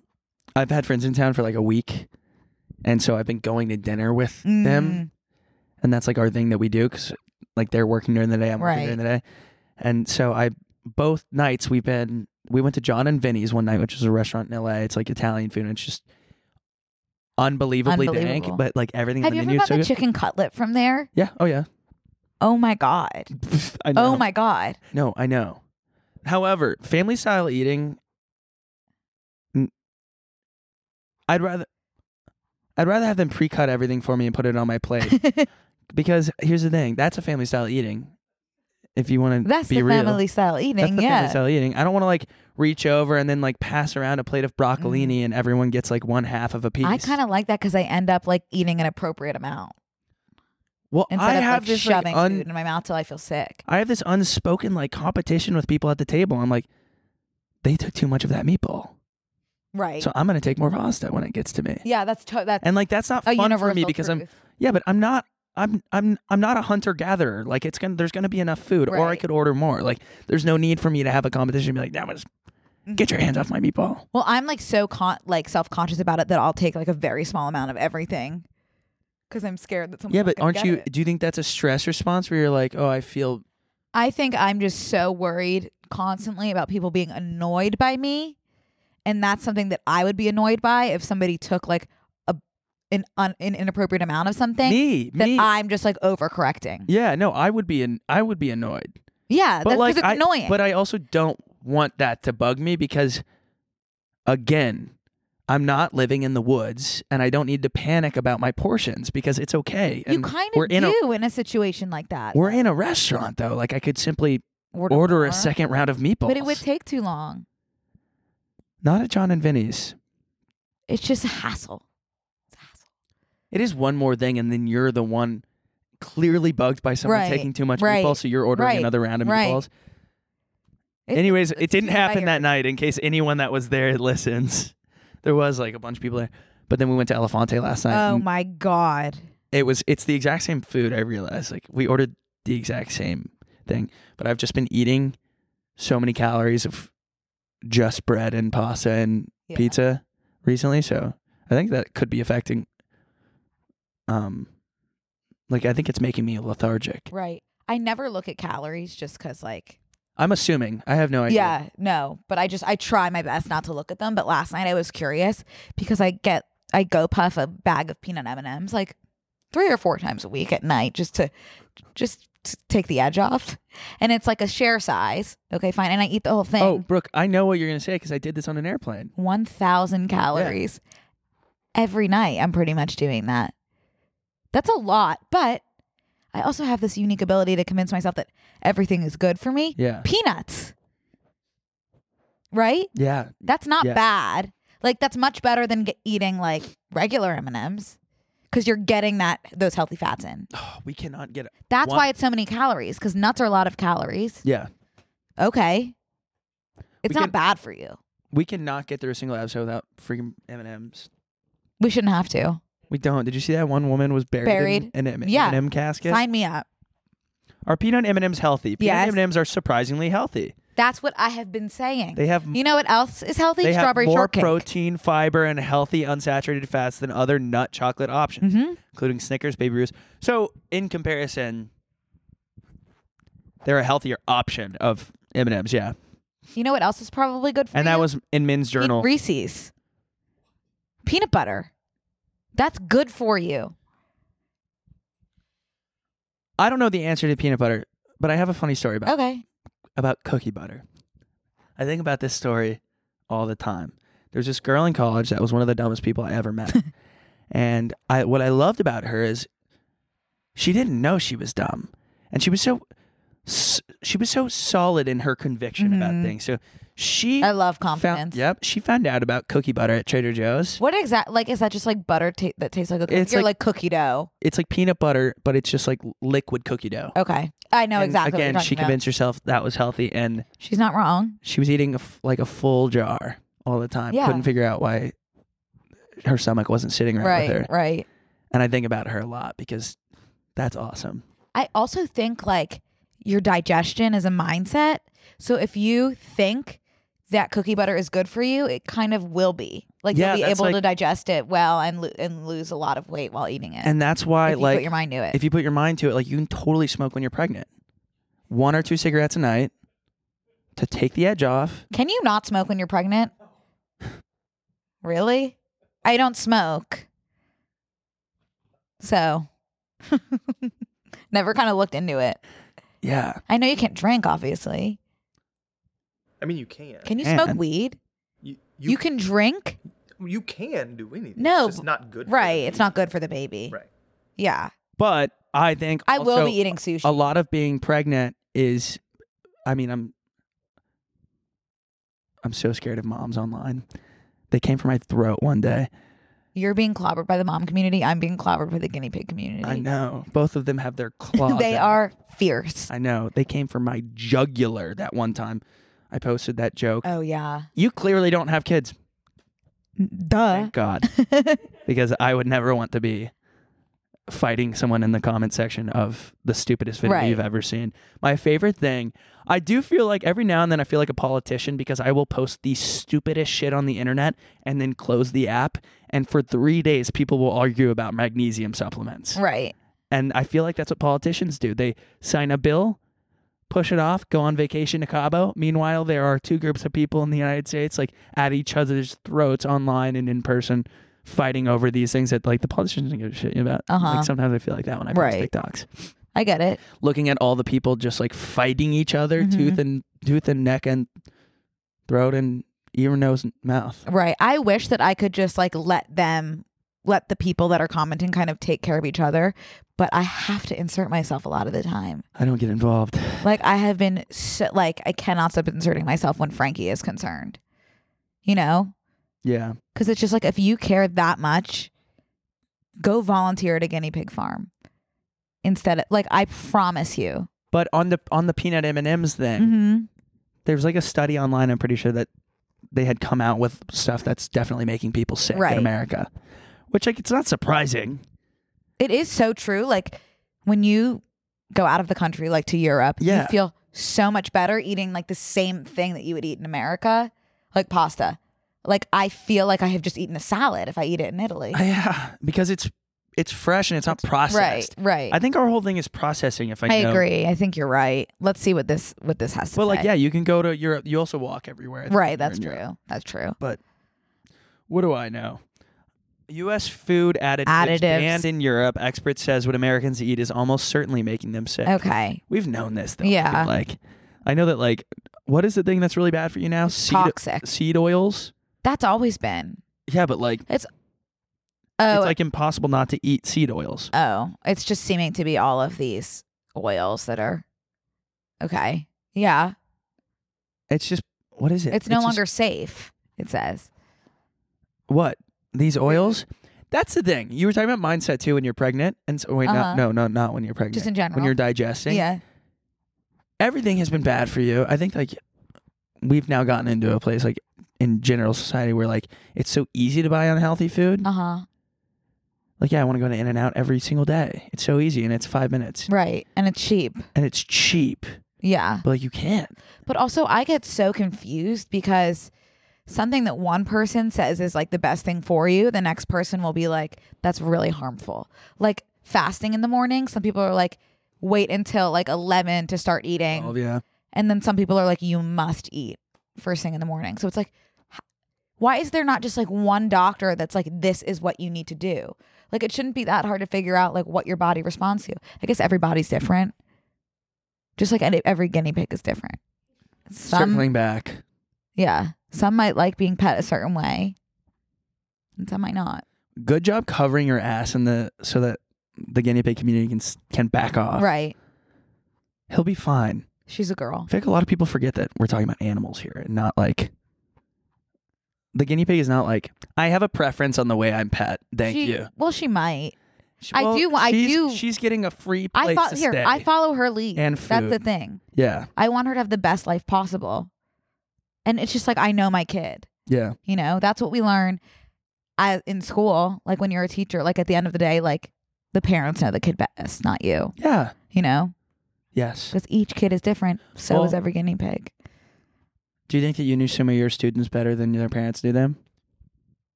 B: I've had friends in town for like a week, and so I've been going to dinner with
A: Mm.
B: them, and that's like our thing that we do because like they're working during the day, I'm working
A: Right.
B: during the day, And so I both nights we've been we went to John and Vinny's one night, which is a restaurant in LA. It's like Italian food and it's just unbelievably
A: Unbelievable.
B: dank, but like everything
A: Have
B: on
A: you
B: the
A: ever
B: menu is
A: got
B: so
A: the
B: good.
A: chicken cutlet from there?
B: Yeah. Oh yeah.
A: Oh my god.
B: I know.
A: Oh my god.
B: No, I know. However, family style eating n- I'd rather I'd rather have them pre-cut everything for me and put it on my plate. because here's the thing, that's a family style eating. If you want to
A: That's
B: be
A: the
B: real.
A: family style
B: That's
A: eating.
B: the
A: yeah.
B: family style eating. I don't want to like reach over and then like pass around a plate of broccolini and everyone gets like one half of a piece.
A: Mm. I kind of like that because I end up like eating an appropriate amount
B: well,
A: instead
B: I
A: of
B: have
A: like
B: this like,
A: shoving
B: un-
A: food in my mouth till I feel sick.
B: I have this unspoken like competition with people at the table. I'm like, they took too much of that meatball,
A: Right.
B: so I'm gonna take more pasta when it gets to me.
A: yeah, that's to- that's
B: And like that's not fun
A: a
B: for me
A: universal
B: because I'm
A: truth.
B: yeah, but I'm not. I'm I'm I'm not a hunter gatherer. Like it's gonna there's gonna be enough food, or I
A: Right.
B: could order more. Like there's no need for me to have a competition. and Be like, that was
A: Mm-hmm.
B: get your hands off my meatball.
A: Well, I'm like so con- like self conscious about it that I'll take like a very small amount of everything because I'm scared that someone.
B: yeah,
A: else
B: but
A: can
B: aren't
A: get
B: you?
A: it.
B: Do you think that's a stress response where you're like, oh, I feel
A: I think I'm just so worried constantly about people being annoyed by me, and that's something that I would be annoyed by if somebody took like a an, un, an inappropriate amount of something.
B: Me,
A: that
B: me.
A: I'm just like overcorrecting.
B: Yeah, no, I would be an I would be annoyed.
A: Yeah,
B: but
A: that's
B: like
A: because it's
B: I,
A: annoying.
B: But I also don't want that to bug me because again, I'm not living in the woods and I don't need to panic about my portions because it's okay.
A: you
B: And
A: kind
B: we're
A: of
B: in
A: do in a situation like
B: a
A: that.
B: we're in a restaurant though. Like I could simply
A: Order
B: order,
A: more.
B: a second round of meatballs.
A: but it would take too long.
B: not at John and Vinny's.
A: It's just a hassle.
B: It is one more thing, and then you're the one clearly bugged by someone
A: Right,
B: taking too much
A: right,
B: meatballs, so you're ordering
A: right,
B: another round of
A: right.
B: meatballs.
A: It-
B: Anyways, it
A: it's
B: didn't happen that
A: tiring.
B: night. In case anyone that was there listens, there was like a bunch of people there. But then we went to Elefante last night. Mm.
A: Oh
B: and
A: my god.
B: It was it's the exact same food. I realized like we ordered the exact same thing, but I've just been eating so many calories of just bread and pasta and
A: Yeah.
B: pizza recently. So I think that could be affecting. Um, like I think it's making me lethargic.
A: Right. I never look at calories just because, like,
B: I'm assuming. I have no idea.
A: yeah, no. But I just, I try my best not to look at them. But last night I was curious because I get, I go puff a bag of peanut M&Ms like three or four times a week at night just to, just to take the edge off. And it's like a share size. Okay, fine. And I eat the whole thing.
B: Oh, Brooke, I know what you're gonna say because I did this on an airplane.
A: 1,000 calories every night. I'm pretty much doing that. That's a lot, but I also have this unique ability to convince myself that everything is good for me.
B: Yeah.
A: Peanuts, right?
B: Yeah.
A: That's not
B: Yeah.
A: bad. Like that's much better than ge- eating like regular M and M's because you're getting that those healthy fats in.
B: Oh, we cannot get.
A: That's
B: one-
A: why it's so many calories because nuts are a lot of calories.
B: Yeah,
A: Okay, it's
B: We
A: not
B: can-
A: bad for you.
B: we cannot get through a single episode without freaking M and M's.
A: We shouldn't have to.
B: We don't. Did you see that one woman was buried,
A: Buried.
B: in an M
A: Yeah.
B: and M casket?
A: Sign me up.
B: Are peanut M and M's healthy? Peanut
A: Yes.
B: M and M's are surprisingly healthy.
A: That's what I have been saying.
B: They have
A: You know what else is healthy?
B: they
A: Strawberry
B: have more
A: shortcake.
B: protein, fiber, and healthy unsaturated fats than other nut chocolate options,
A: Mhm.
B: including Snickers, Baby Ruth's. So, in comparison, they're a healthier option of M and M's. Yeah,
A: you know what else is probably good for
B: and
A: you?
B: that was in Min's
A: Eat
B: journal.
A: Reese's. Peanut butter. That's good for you.
B: I don't know the answer to peanut butter, but I have a funny story about
A: Okay.
B: about cookie butter. I think about this story all the time. There's this girl in college that was one of the dumbest people I ever met. and I what I loved about her is she didn't know she was dumb. And she was so s- she was so solid in her conviction about things. So she
A: Mm-hmm. I love
B: found,
A: confidence.
B: yep, she found out about cookie butter at Trader Joe's.
A: What exact like is that just like butter ta- that tastes like a cookie
B: It's
A: or like,
B: like-
A: cookie dough?
B: It's like peanut butter, but it's just like liquid cookie dough.
A: Okay. Oh, I know
B: And
A: exactly. what
B: Again,
A: you're
B: she
A: talking about.
B: convinced herself that was healthy and
A: She's not wrong.
B: she was eating a f like a full jar all the time.
A: Yeah.
B: Couldn't figure out why her stomach wasn't sitting right,
A: Right,
B: with her.
A: right.
B: And I think about her a lot because that's awesome.
A: I also think like your digestion is a mindset. So if you think that cookie butter is good for you, it kind of will be. Like
B: Yeah,
A: you'll be
B: that's
A: able to
B: like-
A: digest it well and lo- and lose a lot of weight while eating it.
B: And that's why,
A: If you put
B: like,
A: your mind to it.
B: If you put your mind to it, like, you can totally smoke when you're pregnant. one or two cigarettes a night to take the edge off.
A: Can you not smoke when you're pregnant? Really? I don't smoke. So, never kind of looked into it.
B: Yeah.
A: I know you can't drink, obviously.
E: I mean, you can.
A: Can you smoke weed?
E: You,
A: You, can drink?
E: You can do anything.
A: No.
E: it's just not good. for
A: Right.
E: the
A: It's
E: baby.
A: not good for the baby.
E: Right.
A: Yeah.
B: But I think
A: I will
B: also
A: be eating sushi.
B: A lot of being pregnant is, I mean, I'm, I'm so scared of moms online. They came for my throat one day.
A: You're being clobbered by the mom community. I'm being clobbered by the guinea pig community.
B: I know both of them have their claws.
A: They
B: out.
A: are fierce.
B: I know they came for my jugular that one time. I posted that joke.
A: Oh, yeah.
B: You clearly don't have kids.
A: Duh.
B: Thank God, because I would never want to be fighting someone in the comment section of the stupidest video
A: Right.
B: you've ever seen. My favorite thing, I do feel like every now and then I feel like a politician because I will post the stupidest shit on the internet and then close the app, and for three days people will argue about magnesium supplements.
A: Right.
B: And I feel like that's what politicians do. They sign a bill, push it off, go on vacation to Cabo. Meanwhile, there are two groups of people in the United States like at each other's throats online and in person fighting over these things that like the politicians don't give a shit about.
A: Uh-huh.
B: Like sometimes I feel like that when I post
A: Right.
B: TikToks.
A: I get it.
B: Looking at all the people just like fighting each other
A: Mm-hmm.
B: tooth and tooth and neck and throat and ear, nose, and mouth.
A: Right. I wish that I could just like let them, let the people that are commenting kind of take care of each other. But I have to insert myself a lot of the time.
B: I don't get involved.
A: Like I have been, so, like I cannot stop inserting myself when Frankie is concerned. You know,
B: Yeah.
A: because it's just like if you care that much, go volunteer at a guinea pig farm instead. Of, like I promise you.
B: But on the on the peanut M and M's thing,
A: Mm-hmm.
B: there was like a study online. I'm pretty sure that they had come out with stuff that's definitely making people sick
A: Right.
B: in America, which like it's not surprising.
A: It is so true. Like when you go out of the country, like to Europe,
B: Yeah.
A: you feel so much better eating like the same thing that you would eat in America, like pasta. Like I feel like I have just eaten a salad if I eat it in Italy.
B: Yeah, because it's it's fresh and it's not processed.
A: right.
B: I think our whole thing is processing. If I,
A: I
B: know.
A: agree. I think you're right. Let's see what this what this has to
B: But
A: say.
B: like, yeah, you can go to Europe. You also walk everywhere.
A: Right,
B: You're
A: that's
B: in
A: true. That's true.
B: But what do I know? U.S. food additives,
A: Additives.
B: banned in Europe. Expert says what Americans eat is almost certainly making them sick.
A: Okay.
B: we've known this though. I
A: Yeah.
B: feel Like, I know that like, what is the thing that's really bad for you now? Seed,
A: Toxic.
B: seed oils.
A: That's always been.
B: Yeah, but like
A: it's Oh,
B: it's like impossible not to eat seed oils.
A: Oh, it's just seeming to be all of these oils that are okay. Yeah.
B: It's just what is it?
A: It's no
B: just-
A: longer safe, it says.
B: what these oils. That's the thing. You were talking about mindset too when you're pregnant, and so, wait,
A: Uh-huh.
B: no, no, no, not when you're pregnant.
A: Just in
B: when
A: general.
B: you're digesting.
A: Yeah.
B: everything has been bad for you. I think like we've now gotten into a place like in general society where like it's so easy to buy unhealthy food.
A: Uh huh.
B: Like yeah, I want to go to In and Out every single day. It's so easy and it's five minutes
A: Right. And it's cheap.
B: and it's cheap,
A: Yeah.
B: but like you can't.
A: But also, I get so confused because something that one person says is like the best thing for you, the next person will be like, that's really harmful. Like fasting in the morning, some people are like, wait until like 11 to start eating.
B: yeah.
A: And then some people are like, you must eat first thing in the morning. So it's like, h- why is there not just like one doctor that's like, this is what you need to do? Like, it shouldn't be that hard to figure out like what your body responds to. I guess everybody's different. Just like any- every guinea pig is different. Some,
B: Circling back.
A: yeah. Some might like being pet a certain way, and some might not.
B: Good job covering your ass in the so that the guinea pig community can s- can back off.
A: right.
B: He'll be fine.
A: She's a girl.
B: I think a lot of people forget that we're talking about animals here and not like the guinea pig is not like I have a preference on the way I'm pet. Thank
A: She-
B: you.
A: Well, she might.
B: She-
A: I
B: well,
A: do. I
B: she's-
A: do.
B: She's getting a free place
A: I fo-
B: to
A: here.
B: stay.
A: I follow her lead.
B: And
A: That's the
B: food.
A: thing.
B: yeah,
A: I want her to have the best life possible. And it's just like I know my kid.
B: yeah.
A: You know, that's what we learn I, in school. Like when you're a teacher, like at the end of the day, like the parents know the kid best, not you.
B: Yeah.
A: You know,
B: Yes.
A: because each kid is different. So is
B: Well-
A: every guinea pig.
B: Do you think that you knew some of your students better than their parents knew them?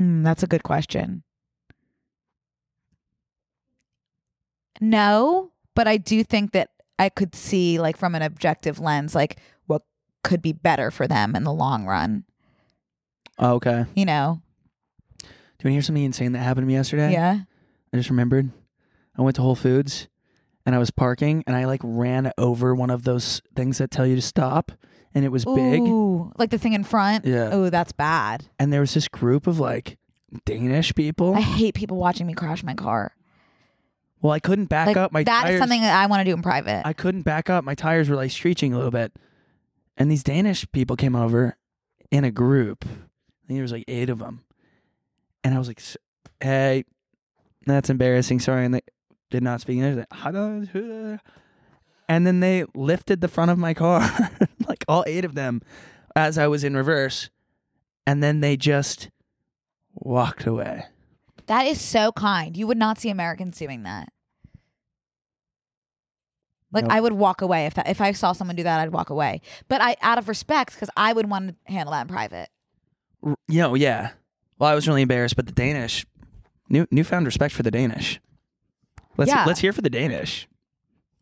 A: Mm, that's a good question. No, but I do think that I could see like from an objective lens like what could be better for them in the long run.
B: Oh, okay.
A: You know?
B: Do you want to hear something insane that happened to me yesterday?
A: Yeah.
B: I just remembered. I went to Whole Foods and I was parking and I like ran over one of those things that tell you to stop and it was big.
A: Ooh, like the thing in front.
B: Yeah.
A: Oh, that's bad.
B: And there was this group of like Danish people.
A: I hate people watching me crash my car.
B: well, I couldn't back
A: like,
B: up. My
A: that is
B: tires,
A: something that I want to do in private.
B: I couldn't back up. My tires were like screeching a little bit. And these Danish people came over in a group. I think there was like eight of them. And I was like, "S- hey, that's embarrassing. Sorry. And they did not speak English. Like, "Hada, huda." And then they lifted the front of my car, like all eight of them, as I was in reverse. And then they just walked away.
A: that is so kind. You would not see Americans doing that. Like
B: Nope.
A: I would walk away if that, if I saw someone do that, I'd walk away. But I out of respect because I would want to handle that in private.
B: R- You know, yeah. Well, I was really embarrassed, but the Danish, new newfound respect for the Danish. Let's
A: Yeah.
B: let's hear for the Danish.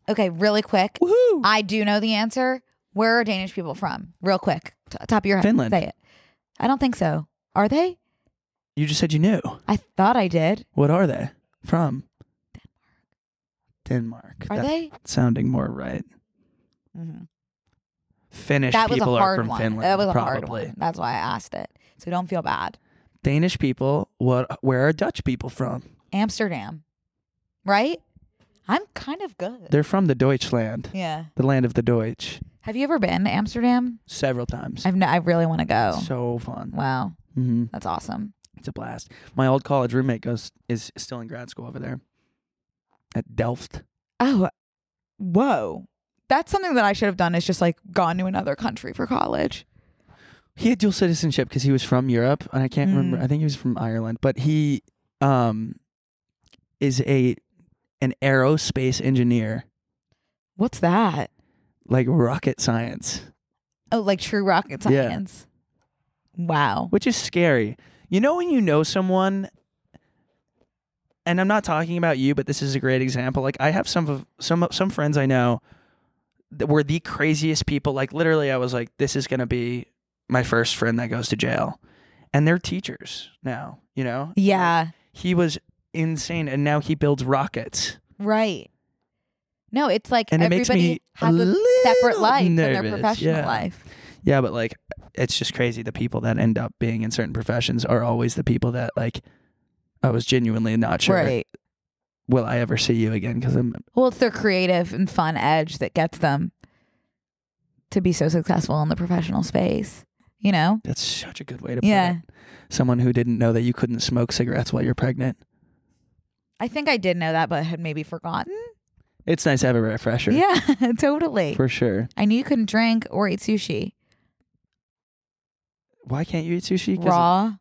A: Okay, really quick. I do know the answer. Where are Danish people from? Real quick, T- top of your head.
B: Finland.
A: Say it. I don't think so. Are they?
B: You just said you knew.
A: I thought I did.
B: What are they from? Denmark. Denmark.
A: Are
B: That-
A: they?
B: sounding more right?
A: Mhm.
B: Finnish
A: that was
B: people
A: a hard
B: are from
A: one.
B: Finland.
A: that was a
B: probably.
A: hard one. That's why I asked it. So don't feel bad.
B: Danish people. What? Where are Dutch people from?
A: Amsterdam, right? I'm kind of good.
B: They're from the Deutschland.
A: Yeah.
B: The land of the Deutsch.
A: Have you ever been to Amsterdam?
B: Several times.
A: I've no, I really want to go.
B: So fun.
A: Wow,
B: hmm
A: that's awesome.
B: It's a blast. My old college roommate goes is still in grad school over there at Delft.
A: Oh, whoa. That's something that I should have done is just like gone to another country for college.
B: He had dual citizenship because he was from Europe, and I can't remember.
A: Mm.
B: I think he was from Ireland, but he um is a an aerospace engineer,
A: What's that?
B: like rocket science,
A: Oh, like true rocket
B: Yeah.
A: science. Wow.
B: which is scary. You know when you know someone, and I'm not talking about you, but this is a great example. Like I have some of some some friends I know that were the craziest people. Like literally, I was like, this is gonna be my first friend that goes to jail, and they're teachers now. You know,
A: Yeah.
B: he was insane and now he builds rockets
A: Right. No, it's like
B: And it
A: everybody
B: makes me a
A: has a separate
B: little
A: life in
B: nervous,
A: their professional
B: yeah.
A: life.
B: yeah but like it's just crazy the people that end up being in certain professions are always the people that like i was genuinely not sure
A: Right.
B: will i ever see you again because i'm
A: Well, it's their creative and fun edge that gets them to be so successful in the professional space, you know?
B: that's such a good way to put
A: Yeah.
B: it someone who didn't know that you couldn't smoke cigarettes while you're pregnant
A: I think I did know that, but had maybe forgotten.
B: it's nice to have a refresher
A: Yeah, totally.
B: for sure
A: I knew you couldn't drink or eat sushi
B: why can't you eat sushi 'Cause
A: raw.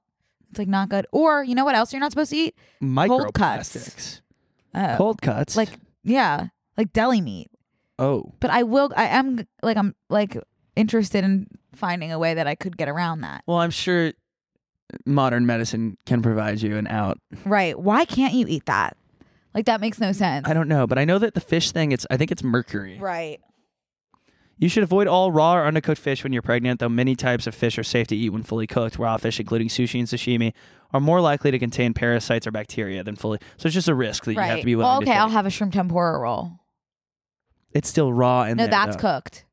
A: It's like not good. Or you know what else you're not supposed to eat? cold cuts.
B: microplastics
A: Uh,
B: cold cuts
A: Like yeah, like deli meat.
B: oh
A: But I will. I am like I'm like interested in finding a way that I could get around that.
B: well i'm sure modern medicine can provide you an out
A: Right? Why can't you eat that? Like that makes no sense.
B: I don't know, but I know that the fish thing, it's I think it's mercury.
A: Right.
B: You should avoid all raw or undercooked fish when you're pregnant, though many types of fish are safe to eat when fully cooked. Raw fish, including sushi and sashimi, are more likely to contain parasites or bacteria than fully. So it's just a risk that
A: right.
B: you have to be willing
A: okay,
B: to take.
A: I'll have a shrimp tempura roll.
B: it's still raw in
A: no,
B: there,
A: that's
B: though.
A: cooked.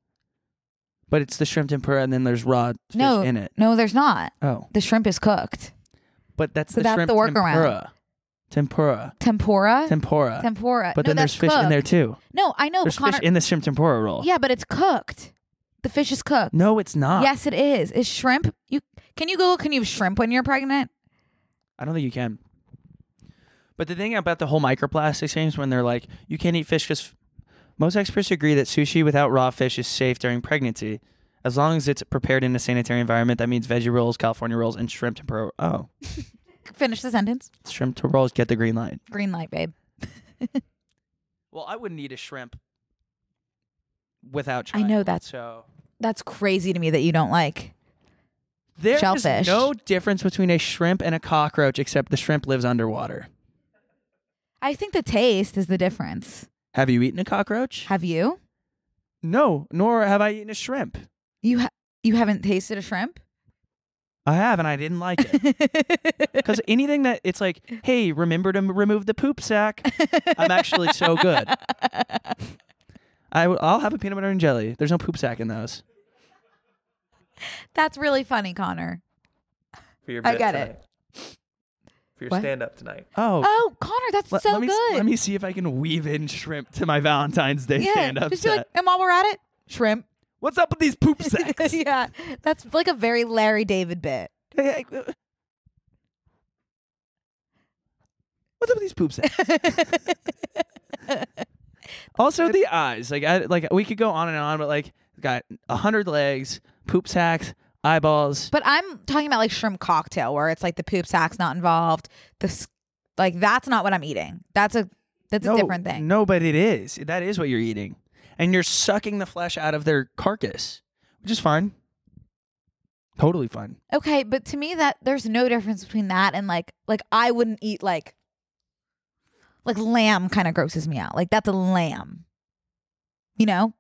B: But it's the shrimp tempura, and then there's raw fish
A: no,
B: in it.
A: no, there's not.
B: Oh,
A: The shrimp is cooked.
B: but that's
A: So
B: the
A: that's
B: shrimp
A: the workaround.
B: tempura. Tempura.
A: Tempura.
B: Tempura.
A: Tempura.
B: But
A: No,
B: then there's
A: that's
B: fish in there
A: cooked.
B: too.
A: No, I know.
B: there's
A: but Connor,
B: fish in the shrimp tempura roll.
A: Yeah, but it's cooked. The fish is cooked.
B: No, it's not.
A: Yes, it is. Is shrimp? You can you Google? Can you have shrimp when you're pregnant?
B: I don't think you can. But the thing about the whole microplastics thing is when they're like, you can't eat fish because most experts agree that sushi without raw fish is safe during pregnancy. As long as it's prepared in a sanitary environment, that means veggie rolls, California rolls, and shrimp tempura. Oh,
A: Finish the sentence.
B: shrimp tempura rolls get the green light.
A: Green light, babe.
B: Well, I wouldn't eat a shrimp without.
A: I know that.
B: So
A: That's crazy to me that you don't like.
B: there is
A: Shellfish.
B: no difference between a shrimp and a cockroach, except the shrimp lives underwater.
A: I think the taste is the difference.
B: Have you eaten a cockroach?
A: Have you?
B: No, nor have I eaten a shrimp.
A: You ha- you haven't tasted a shrimp?
B: I have, and I didn't like it. Because anything that it's like, hey, remember to m- remove the poop sack. I'm actually so good. I w- I'll have a peanut butter and jelly. There's no poop sack in those.
A: That's really funny, Connor.
E: For your
A: I
E: bit
A: get
E: tonight. For your
A: What?
E: stand up tonight.
B: Oh.
A: Oh, Connor, that's
B: Let-
A: so
B: let me, s-
A: good.
B: Let me see if I can weave in shrimp to my Valentine's Day
A: yeah,
B: stand-up
A: just be
B: set.
A: like, and while we're at it, shrimp.
B: What's up with these poop sacks?
A: yeah, that's like a very Larry David bit.
B: Hey, hey, uh, What's up with these poop sacks? also, the eyes. Like, I, like we could go on and on, but like, got a hundred legs, poop sacks, eyeballs.
A: But I'm talking about like shrimp cocktail, where it's like the poop sack's not involved. The s- like that's not what I'm eating. That's a that's a
B: No,
A: different thing.
B: No, but it is. That is what you're eating, and you're sucking the flesh out of their carcass, which is fine. Totally fine.
A: Okay, but to me that there's no difference between that and like like I wouldn't eat like like lamb kind of grosses me out. Like that's a lamb. You know?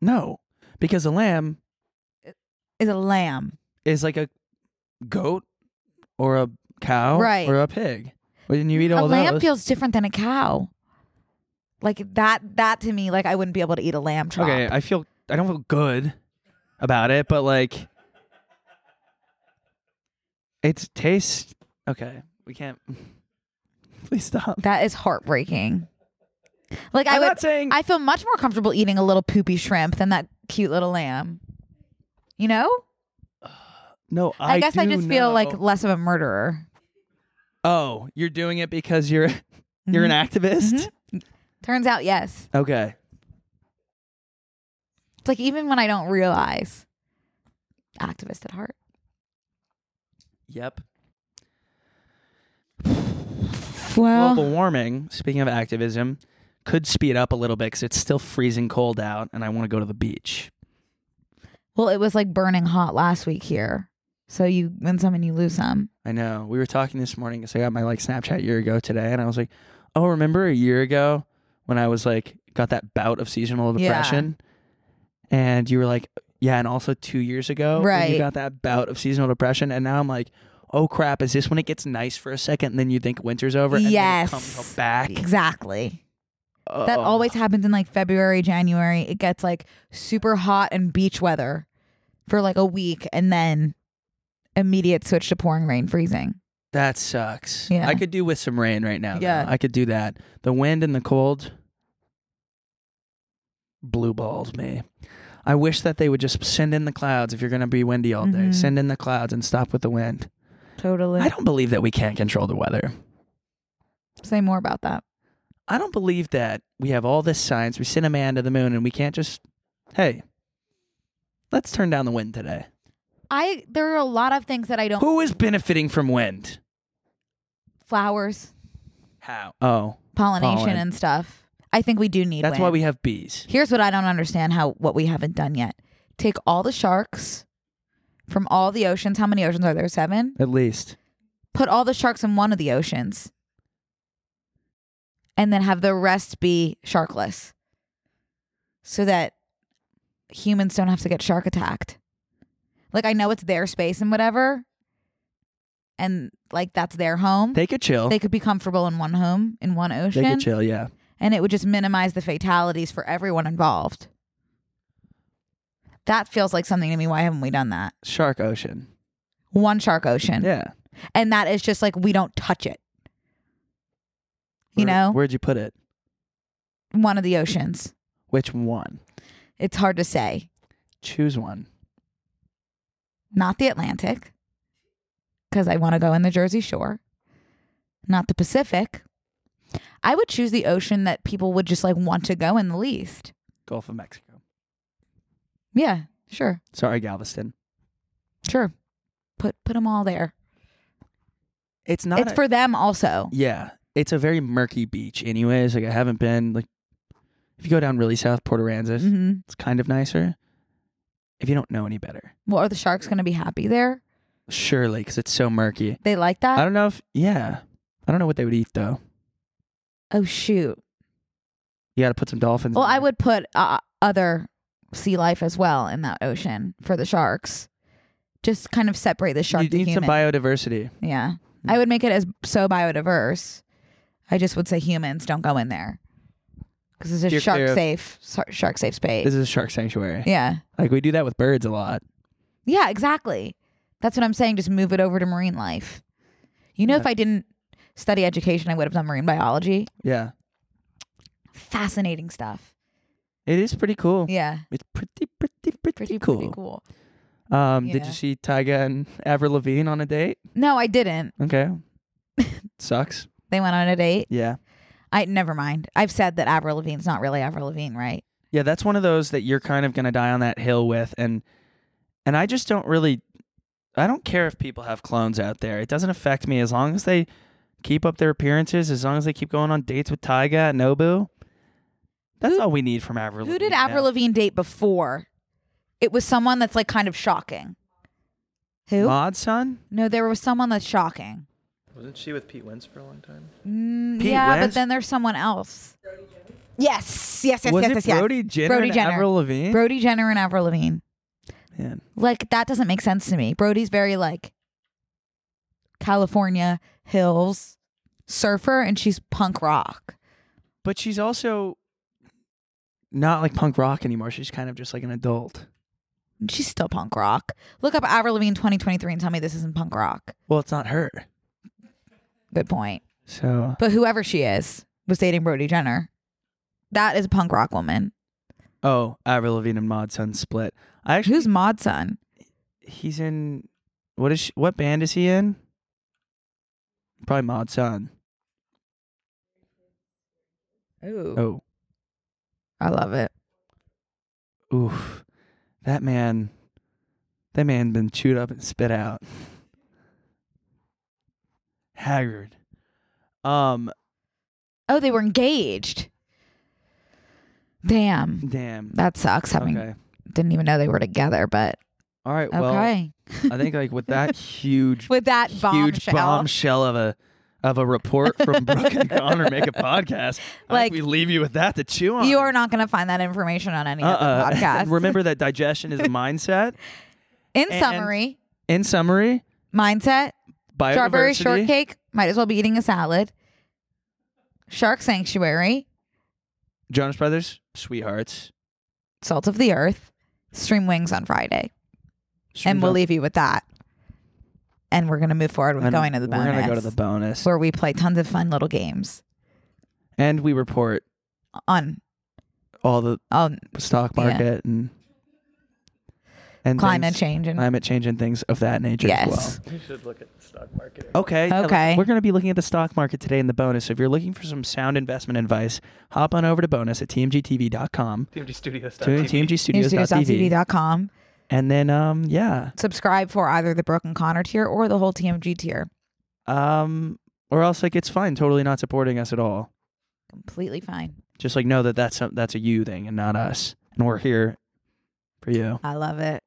B: No, because a lamb
A: Is a lamb.
B: is like a goat or a cow
A: Right.
B: or a pig. When you eat
A: A
B: all
A: lamb
B: those,
A: feels different than a cow. Like that that to me like I wouldn't be able to eat a lamb chop.
B: okay, I feel I don't feel good about it, but like it tastes okay. We can't. Please stop.
A: That is heartbreaking. Like I
B: I'm
A: would
B: not saying-
A: I feel much more comfortable eating a little poopy shrimp than that cute little lamb. You know?
B: No, I,
A: I, guess I
B: do
A: just feel like
B: know-
A: less of a murderer.
B: oh, you're doing it because you're you're an activist.
A: Turns out yes.
B: Okay,
A: It's like even when I don't realize, activist at heart.
B: Yep.
A: Well,
B: global warming. Speaking of activism, could speed up a little bit because it's still freezing cold out, and I want to go to the beach.
A: well, it was like burning hot last week here. So you win some and you lose some.
B: I know. We were talking this morning because I got my like Snapchat year ago today, and I was like, "Oh, remember a year ago when I was like got that bout of seasonal
A: Yeah.
B: depression?" And you were like, "Yeah," and also two years ago, when
A: Right.
B: You got that bout of seasonal depression, and now I'm like, "Oh crap! Is this when it gets nice for a second, and then you think winter's over, and then it comes
A: yes,
B: back?"
A: exactly.
B: Oh.
A: That always happens in like February, January. It gets like super hot and beach weather for like a week, and then immediate switch to pouring rain, freezing.
B: That sucks.
A: Yeah.
B: I could do with some rain right now. though.
A: Yeah.
B: I could do that. The wind and the cold blue balls me. I wish that they would just send in the clouds if you're going to be windy all day.
A: Mhm.
B: Send in the clouds and stop with the wind.
A: Totally.
B: I don't believe that we can't control the weather.
A: Say more about that.
B: I don't believe that we have all this science. We send a man to the moon and we can't just, hey, let's turn down the wind today.
A: I there are a lot of things that I don't.
B: Who is benefiting from wind?
A: Flowers,
B: How? Oh.
A: pollination,
B: pollen.
A: and stuff. I think we do need.
B: That's why
A: wind.
B: we have bees.
A: Here's what I don't understand how what we haven't done yet. Take all the sharks from all the oceans. How many oceans are there? Seven?
B: At least.
A: Put all the sharks in one of the oceans. And then have the rest be sharkless. So that humans don't have to get shark attacked. Like I know it's their space and whatever. And like that's their home.
B: They could chill.
A: They could be comfortable in one home, in one ocean.
B: They could chill, yeah.
A: and it would just minimize the fatalities for everyone involved. That feels like something to me. Why haven't we done that?
B: Shark Ocean.
A: One shark ocean.
B: Yeah.
A: And that is just like we don't touch it. You know?
B: Where'd you put it?
A: One of the oceans.
B: Which one?
A: It's hard to say.
B: Choose one.
A: Not the Atlantic, because I want to go in the Jersey Shore. Not the Pacific. I would choose the ocean that people would just like want to go in the least.
B: Gulf of Mexico.
A: Yeah, sure,
B: Sorry, Galveston.
A: sure. Put put them all there.
B: It's not.
A: it's
B: a-
A: for them also.
B: Yeah, it's a very murky beach. Anyways, like I haven't been like. If you go down really south, Port Aransas,
A: Mhm.
B: it's kind of nicer. If you don't know any better,
A: Well, are the sharks going to be happy there?
B: surely, because it's so murky.
A: They like that?
B: I don't know if. Yeah, I don't know what they would eat though.
A: oh shoot.
B: You got to put some dolphins.
A: Well,
B: in
A: I
B: there.
A: would put uh, other sea life as well in that ocean for the sharks. Just kind of separate the shark.
B: you
A: to
B: need
A: human.
B: some Mm. biodiversity.
A: Yeah. I would make it as so biodiverse. I just would say humans don't go in there because it's a
B: Steer
A: shark
B: clear of-
A: safe sar- shark safe space.
B: This is a shark sanctuary.
A: Yeah.
B: Like we do that with birds a lot.
A: yeah, exactly. That's what I'm saying. Just move it over to marine life. You know, if I didn't study education, I would have done marine biology.
B: Yeah.
A: Fascinating stuff.
B: It is pretty cool.
A: Yeah.
B: It's pretty, pretty, pretty, cool.
A: Pretty cool.
B: Um,
A: Yeah.
B: Did you see Tyga and Avril Lavigne on a date?
A: No, I didn't.
B: Okay. Sucks.
A: They went on a date.
B: Yeah.
A: I never mind. I've said that Avril Lavigne's not really Avril Lavigne, right?
B: Yeah, that's one of those that you're kind of going to die on that hill with and and I just don't really I don't care if people have clones out there. It doesn't affect me as long as they keep up their appearances, as long as they keep going on dates with Tyga at Nobu. That's all we need from Avril.
A: Who did
B: Lavigne now.
A: Avril Lavigne date before? It was someone that's like kind of shocking. Who?
B: Maud's son?
A: No, there was someone that's shocking.
E: Wasn't she with Pete Wentz for a long time?
A: Mm,
E: Pete
A: yeah, but
E: Wentz?
A: then there's someone else. Yes, yes, yes,
B: Was
A: yes,
B: it
A: yes, yes.
B: Brody Jenner and Avril Lavigne?
A: Brody Jenner and Avril Lavigne.
B: Man.
A: Like that doesn't make sense to me. Brody's very like California hills surfer, and she's punk rock.
B: But she's also not like punk rock anymore. She's kind of just like an adult.
A: She's still punk rock. Look up Avril Lavigne 2023 and tell me this isn't punk rock.
B: Well, it's not her.
A: Good point.
B: So
A: But whoever she is was dating Brody Jenner. That is a punk rock woman.
B: Oh, Avril Lavigne and Mod Sun split. I actually
A: Who's Mod Sun?
B: He's in what is she, what band is he in? Probably Mod Sun.
A: Ooh.
B: Oh,
A: I love it.
B: oof, that man, that man been chewed up and spit out. Haggard. Um,
A: Oh, they were engaged. Damn.
B: Damn.
A: That sucks. Having
B: Okay.
A: didn't even know they were together, but
B: all right. Well,
A: Okay.
B: I think like with that huge,
A: with that
B: huge
A: bombshell.
B: bombshell of a of a report from Brooke and Connor make a podcast. Like
A: Like-
B: we leave you with that to chew on.
A: you are not going to find that information on any
B: Uh-uh.
A: other podcast.
B: Remember that digestion is a mindset.
A: In
B: and-
A: summary,
B: In summary,
A: mindset, strawberry
B: biodiversity.
A: shortcake, might as well be eating a salad. Shark sanctuary,
B: Jonas Brothers, sweethearts.
A: salt of the earth, stream wings on Friday.
B: Stream
A: and we'll
B: wings.
A: leave you with that. And we're going to move forward with
B: And
A: going to the
B: we're
A: bonus.
B: gonna go to the bonus.
A: Where we play tons of fun little games
B: And we report
A: on
B: all the
A: um,
B: stock
A: yeah.
B: market and and
A: Climate
B: things-
A: change and-
B: climate change and things of that nature as
A: Yes.
B: well.
E: You should look at the stock market.
B: Okay. yeah,
A: Okay.
B: We're going to be looking at the stock market today in the bonus. If you're looking for some sound investment advice, hop on over to bonus at tmgtv.com.
E: TMGstudios.tv.
B: TMGstudios.tv.
A: TMGstudios.tv.com.
B: And then, um, yeah,
A: Subscribe for either the Brooke and Connor tier or the whole TMG tier.
B: um, or else like it's fine, totally not supporting us at all.
A: Completely fine.
B: Just like know that that's a, that's a you thing and not us, and we're here for you.
A: I love it.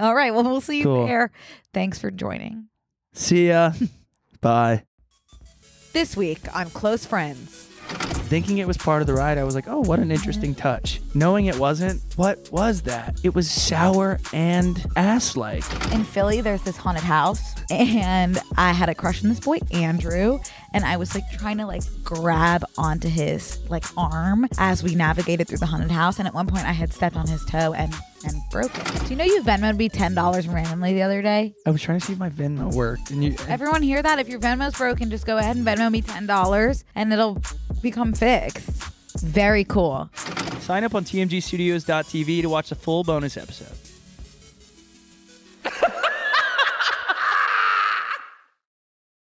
A: All right. Well, we'll see you
B: Cool.
A: there. Thanks for joining.
B: See ya. Bye.
A: This week on Close Friends.
B: Thinking it was part of the ride, I was like, oh, what an interesting touch. Knowing it wasn't, what was that? It was sour and ass like.
A: In Philly, there's this haunted house, and I had a crush on this boy, Andrew, and I was like trying to like grab onto his like arm as we navigated through the haunted house. And at one point, I had stepped on his toe and and broke it. Do you know you Venmoed me ten dollars randomly the other day?
B: I was trying to see if my Venmo worked, and you.
A: Everyone hear that? If your Venmo's broken, just go ahead and Venmo me ten dollars, and it'll become fixed. Very cool.
B: Sign up on tmgstudios.tv to watch the full bonus episode.